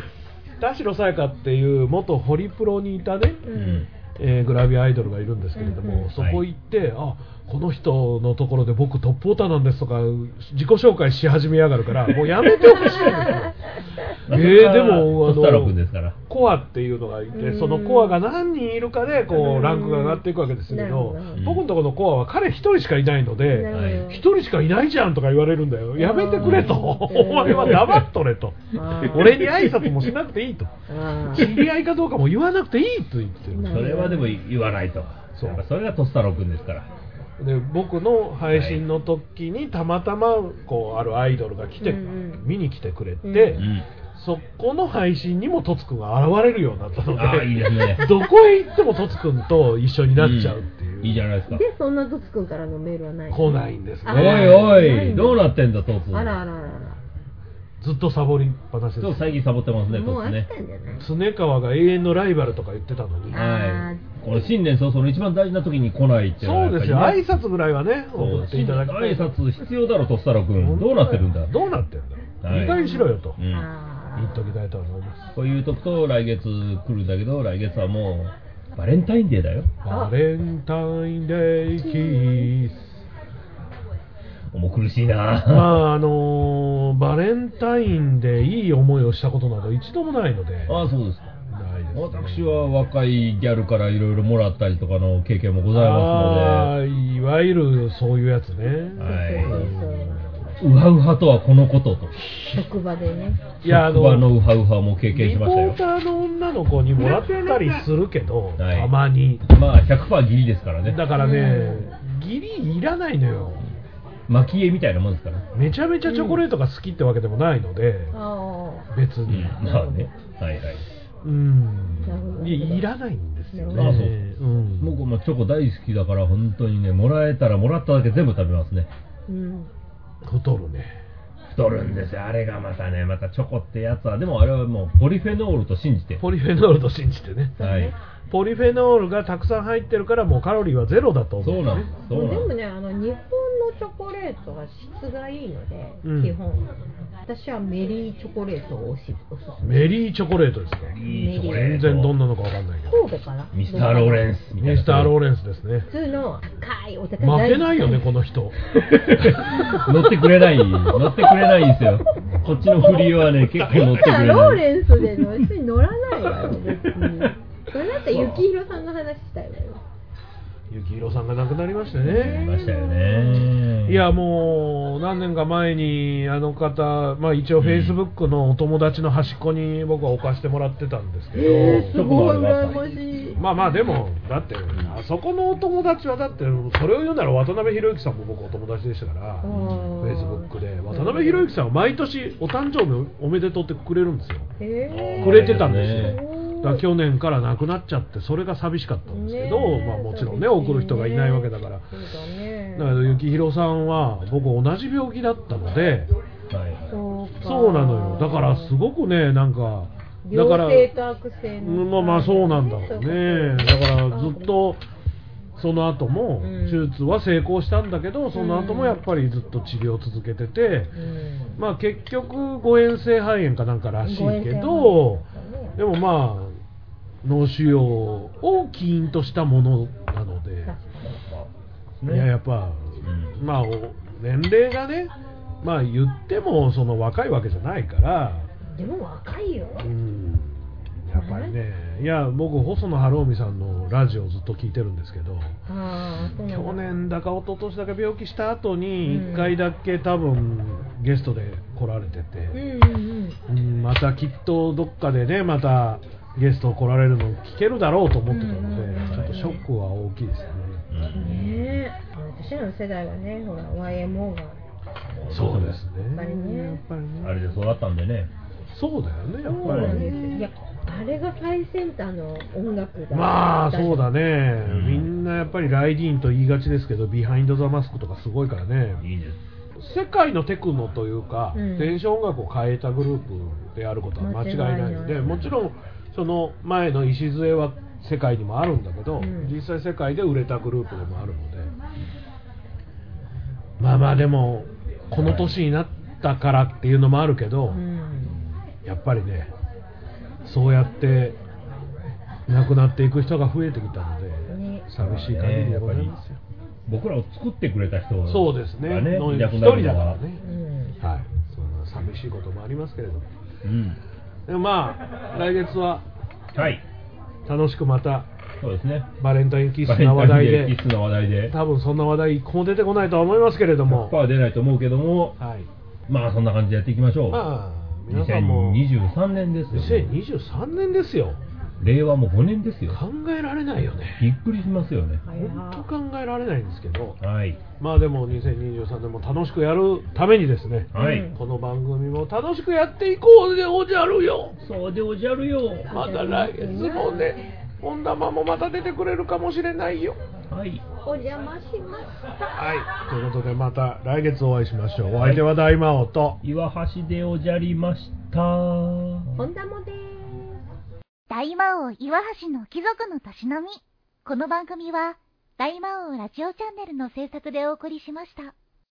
[SPEAKER 1] 田代さやかっていう元ホリプロにいたね、
[SPEAKER 3] うう
[SPEAKER 2] うんん
[SPEAKER 1] えーグラビアアイドルがいるんですけれども、
[SPEAKER 3] うんうん
[SPEAKER 1] そこ行って、あこの人のところで僕トップオーターなんですとか自己紹介し始めやがるからもうやめてほしい
[SPEAKER 2] [LAUGHS]
[SPEAKER 1] んですよえーでもあ
[SPEAKER 2] トスタロ
[SPEAKER 1] の
[SPEAKER 2] 君ですから。
[SPEAKER 1] コアっていうのがいてそのコアが何人いるかでこ
[SPEAKER 3] うん
[SPEAKER 1] うランクが上がっていくわけですけど
[SPEAKER 3] なるほ
[SPEAKER 2] ど
[SPEAKER 1] 僕のところのコアは彼一人しかいないので
[SPEAKER 3] なるほど
[SPEAKER 2] はい
[SPEAKER 1] 一人しかいないじゃんとか言われるんだよやめてくれと
[SPEAKER 3] うん
[SPEAKER 1] お前は黙っとれと
[SPEAKER 3] あー
[SPEAKER 1] 俺に挨拶もしなくていいと
[SPEAKER 3] あ
[SPEAKER 1] 知り合いかどうかも言わなくていいと言ってる
[SPEAKER 3] な
[SPEAKER 2] それはでも言わないと。
[SPEAKER 1] そ
[SPEAKER 2] そううそれがトスタロ君ですから。
[SPEAKER 1] で僕の配信の時にたまたまこうあるアイドルが来て、
[SPEAKER 3] うんうん
[SPEAKER 1] 見に来てくれて、
[SPEAKER 3] う
[SPEAKER 2] うん。
[SPEAKER 1] そこの配信にもトツくんが現れるようになったの
[SPEAKER 2] ああ、いい
[SPEAKER 1] で
[SPEAKER 2] ですね。
[SPEAKER 1] どこへ行ってもトツくんと一緒になっちゃうっていう、
[SPEAKER 2] んいいじゃないです
[SPEAKER 3] ー
[SPEAKER 2] か。
[SPEAKER 3] でそんなとつくんからのメールはない
[SPEAKER 1] 来ないんです
[SPEAKER 3] あ
[SPEAKER 2] お
[SPEAKER 1] ね
[SPEAKER 2] いおい、どうなってんだ、トス。
[SPEAKER 3] あらあらあらあら
[SPEAKER 1] ずっとサボりっぱなし
[SPEAKER 2] ち
[SPEAKER 1] で
[SPEAKER 2] ょっ
[SPEAKER 1] す
[SPEAKER 2] と最近サボってますね、
[SPEAKER 3] も
[SPEAKER 2] ト
[SPEAKER 3] う
[SPEAKER 2] ス
[SPEAKER 3] 飽
[SPEAKER 2] ね
[SPEAKER 3] き。たんじゃない
[SPEAKER 1] 常川が永遠のライバルとか言ってたのに
[SPEAKER 3] あ
[SPEAKER 2] は
[SPEAKER 3] ー
[SPEAKER 2] い。これ新年早々の一番大事な時に来ないっていのは
[SPEAKER 1] そうですよ
[SPEAKER 2] やっぱり
[SPEAKER 1] 挨
[SPEAKER 2] ね
[SPEAKER 1] 拶ぐらいはね
[SPEAKER 2] そう
[SPEAKER 1] 送っていただきたい
[SPEAKER 2] 挨拶必要だろ、トスタロ君。どうなってるんだ。
[SPEAKER 1] どうなってんだ
[SPEAKER 2] はい
[SPEAKER 1] 理解しろよと
[SPEAKER 2] う
[SPEAKER 1] 言
[SPEAKER 2] ん
[SPEAKER 3] あ
[SPEAKER 1] っときたいと思います
[SPEAKER 2] こういう時と来月来るんだけど、来月はもうバレンタインデーだよ。
[SPEAKER 1] バレンタインデーキース。
[SPEAKER 2] もう苦しいな。
[SPEAKER 1] まああのーバレンタインでいい思いをしたことなど一度もないので、
[SPEAKER 2] ああ、そうですか。
[SPEAKER 1] ないです、ね。
[SPEAKER 2] 私は若いギャルからいろいろもらったりとかの経験もござい
[SPEAKER 1] あ
[SPEAKER 2] ま
[SPEAKER 1] ーいわゆるそういうやつね。
[SPEAKER 2] すので、は
[SPEAKER 3] そう
[SPEAKER 2] い、ウハウハとはこのことと、
[SPEAKER 3] 職場でね
[SPEAKER 1] いやあ
[SPEAKER 2] 職場の
[SPEAKER 1] の
[SPEAKER 2] ウハウハも経験
[SPEAKER 1] リ
[SPEAKER 2] し
[SPEAKER 1] ポ
[SPEAKER 2] ましたよ
[SPEAKER 1] ー。ターの女の子にもらったりするけど、
[SPEAKER 2] はい
[SPEAKER 1] たまに。
[SPEAKER 2] まあ100%ギリですからね、
[SPEAKER 1] だからね、ギリいらないのよ。
[SPEAKER 2] 蒔絵みたいなもんですから、
[SPEAKER 1] めちゃめちゃチョコレートが好きってわけでもないので、
[SPEAKER 3] ああ
[SPEAKER 1] 別
[SPEAKER 2] う
[SPEAKER 1] に
[SPEAKER 2] ん。、まあね、はいはい。
[SPEAKER 3] なるほ
[SPEAKER 1] うん
[SPEAKER 3] ど
[SPEAKER 1] いやいらないんですよ
[SPEAKER 2] なるほど
[SPEAKER 1] ね。うん
[SPEAKER 2] 僕もチョコ大好きだから、本当にね、もらえたらもらっただけ全部食べますね。
[SPEAKER 3] うん
[SPEAKER 1] 太るね。
[SPEAKER 2] 太るんですよ、あれがまたね、またチョコってやつは、でもあれはもうポリフェノールと信じて、
[SPEAKER 1] ポリフェノールと信じてね。
[SPEAKER 2] はい、
[SPEAKER 1] ポリフェノールがたくさん入ってるからもうカロリーはゼロだと思う。
[SPEAKER 2] そうなんです、
[SPEAKER 3] で
[SPEAKER 2] そうなんです
[SPEAKER 3] も。ねあの日本のチョコレートは質がいいので、
[SPEAKER 1] うん
[SPEAKER 3] 基本私はメリーチョコレートをおしおすすめ
[SPEAKER 1] メリーチョコレートですか。
[SPEAKER 2] いいチョコ
[SPEAKER 1] 全
[SPEAKER 2] レート
[SPEAKER 1] 然どんなのかわかんないけど。
[SPEAKER 3] 神戸かな
[SPEAKER 2] ミスター・ローレンスみたいな
[SPEAKER 1] ミスター・ローレンスですね
[SPEAKER 3] 普。通の高いお高
[SPEAKER 1] 負けないよね、この人。 [LAUGHS]
[SPEAKER 2] 乗ってくれない乗ってくれないんですよこっちの振りはね結構乗ってくれ
[SPEAKER 3] ロー
[SPEAKER 2] ない
[SPEAKER 3] レンスで乗別に乗らないわよ別にそれだったら幸宏さんの話したいわよ
[SPEAKER 1] 幸宏さんが亡くなりまして
[SPEAKER 2] あり
[SPEAKER 1] ね。
[SPEAKER 2] ましたよね
[SPEAKER 1] いやもう何年か前にあの方、まあ、一応
[SPEAKER 2] うん
[SPEAKER 1] フェイスブックのお友達の端っこに僕は置かしてもらってたんですけど、
[SPEAKER 3] えー、すごい羨ましい
[SPEAKER 1] まあまあでもだってあそこのお友達はだってそれを言うなら渡辺裕之さんも僕お友達でしたから
[SPEAKER 3] あ
[SPEAKER 1] フ
[SPEAKER 3] ー
[SPEAKER 1] ェイスブックで渡辺裕之さんは毎年お誕生日おめでとうってくれるんですよ
[SPEAKER 3] えー、
[SPEAKER 1] くれてたんですよ
[SPEAKER 2] ね
[SPEAKER 1] だから去年から亡くなっちゃってそれが寂しかったんですけど、
[SPEAKER 3] ねえ
[SPEAKER 1] まあ、もちろんね
[SPEAKER 3] 寂しいね
[SPEAKER 1] 送る人がいないわけだからだ
[SPEAKER 3] そうだね
[SPEAKER 1] けど幸宏さんは僕同じ病気だったので
[SPEAKER 2] はい
[SPEAKER 3] そうか
[SPEAKER 1] そうなのよだからすごくねなんかだ
[SPEAKER 3] 良
[SPEAKER 1] から
[SPEAKER 3] 性と悪性
[SPEAKER 1] う
[SPEAKER 3] の
[SPEAKER 1] んまあまあそうなんだろうねだからずっとその後も
[SPEAKER 3] うん
[SPEAKER 1] 手術は成功したんだけどその後もやっぱりずっと治療を続けてて
[SPEAKER 3] うん
[SPEAKER 1] まあ結局誤嚥性肺炎かなんからしいけど
[SPEAKER 3] 誤嚥性肺炎
[SPEAKER 1] でもまあ脳腫瘍を起因としたものなのでいややっぱ
[SPEAKER 2] うん
[SPEAKER 1] まあお年齢がねまあ言ってもその若いわけじゃないから
[SPEAKER 3] でも若いよ
[SPEAKER 1] うんやっぱりね、いや、僕、細野晴臣さんのラジオをずっと聞いてるんですけど、
[SPEAKER 3] ああそうなんだ
[SPEAKER 1] 去年だか一昨年だか病気した後に、
[SPEAKER 3] うん
[SPEAKER 1] 1回だけ多分ゲストで来られて
[SPEAKER 3] う
[SPEAKER 1] て、
[SPEAKER 3] んうん
[SPEAKER 1] うんまたきっとどっかでね、またゲスト来られるの聞けるだろうと思ってたので、
[SPEAKER 3] うん
[SPEAKER 1] ちょっとショックは大きいですね。
[SPEAKER 2] う
[SPEAKER 3] うん
[SPEAKER 2] ん
[SPEAKER 3] ねえ私らの世代はねほら YMO が
[SPEAKER 1] そうです
[SPEAKER 3] やっぱり
[SPEAKER 1] ね。
[SPEAKER 3] ね
[SPEAKER 1] やっぱり
[SPEAKER 2] あ
[SPEAKER 1] ね。
[SPEAKER 2] れで育ったんでね
[SPEAKER 1] そうだよね、やっ
[SPEAKER 3] そう
[SPEAKER 1] ぱ
[SPEAKER 3] なん
[SPEAKER 1] り
[SPEAKER 3] です
[SPEAKER 1] ね
[SPEAKER 3] よいやあれが最先端の音楽だ
[SPEAKER 1] まあそうだね、
[SPEAKER 2] うん
[SPEAKER 1] みんなやっぱりライディーンと言いがちですけど、ビハインド・ザ・マスクとかすごいからね、
[SPEAKER 2] いいです
[SPEAKER 1] 世界のテクノというか、
[SPEAKER 3] うん
[SPEAKER 1] 電子音楽を変えたグループであることは間違いないので、
[SPEAKER 3] 間違いない
[SPEAKER 1] もちろんその前の礎は世界にもあるんだけど、
[SPEAKER 3] うん
[SPEAKER 1] 実際、世界で売れたグループでもあるので、まあまあ、でも、この年になったからっていうのもあるけど、
[SPEAKER 3] うん
[SPEAKER 1] やっぱりね、そうやって亡くなっていく人が増えてきたので、
[SPEAKER 3] ね
[SPEAKER 1] 寂しい限りでございますよ、
[SPEAKER 2] 僕らを作ってくれた人がね
[SPEAKER 1] そうですねの
[SPEAKER 2] いな
[SPEAKER 1] 一
[SPEAKER 2] くな
[SPEAKER 1] 人
[SPEAKER 2] る
[SPEAKER 1] だ
[SPEAKER 2] の
[SPEAKER 1] か
[SPEAKER 2] は
[SPEAKER 1] らね、
[SPEAKER 3] うん
[SPEAKER 1] はいそんな寂しいこともありますけれども
[SPEAKER 2] うん
[SPEAKER 1] でもまあ来月は
[SPEAKER 2] はい
[SPEAKER 1] 楽しくまた
[SPEAKER 2] そうですね
[SPEAKER 1] バレンタインキッスな話題
[SPEAKER 2] バレンタインデー
[SPEAKER 1] で
[SPEAKER 2] キスの話題で
[SPEAKER 1] 多分そんな話題一個も出てこないとは思いますけれども
[SPEAKER 2] 100%は出ないと思うけども
[SPEAKER 1] はい
[SPEAKER 2] まあそんな感じでやっていきましょう、
[SPEAKER 1] まあ皆さんも
[SPEAKER 2] 2023年ですよ
[SPEAKER 1] 2023年ですよ
[SPEAKER 2] 令和も5年ですよ
[SPEAKER 1] 考えられないよね
[SPEAKER 2] びっくりしますよね
[SPEAKER 3] はい
[SPEAKER 1] 本当考えられないんですけど
[SPEAKER 2] はい
[SPEAKER 1] まあでも2023年も楽しくやるためにですね
[SPEAKER 2] はい、
[SPEAKER 3] うん
[SPEAKER 1] この番組も楽しくやっていこうでおじゃるよ
[SPEAKER 2] そうでおじゃるよ
[SPEAKER 1] また来月もね本玉もまた出てくれるかもしれないよ
[SPEAKER 2] はい
[SPEAKER 3] お邪魔しました
[SPEAKER 1] はいということでまた来月お会いしましょうお相手は大魔王と
[SPEAKER 2] 岩橋でおじゃりました
[SPEAKER 3] 本田もです
[SPEAKER 5] 大魔王岩橋の貴族のたしなみ。この番組は、大魔王ラジオチャンネルの制作でお送りしました。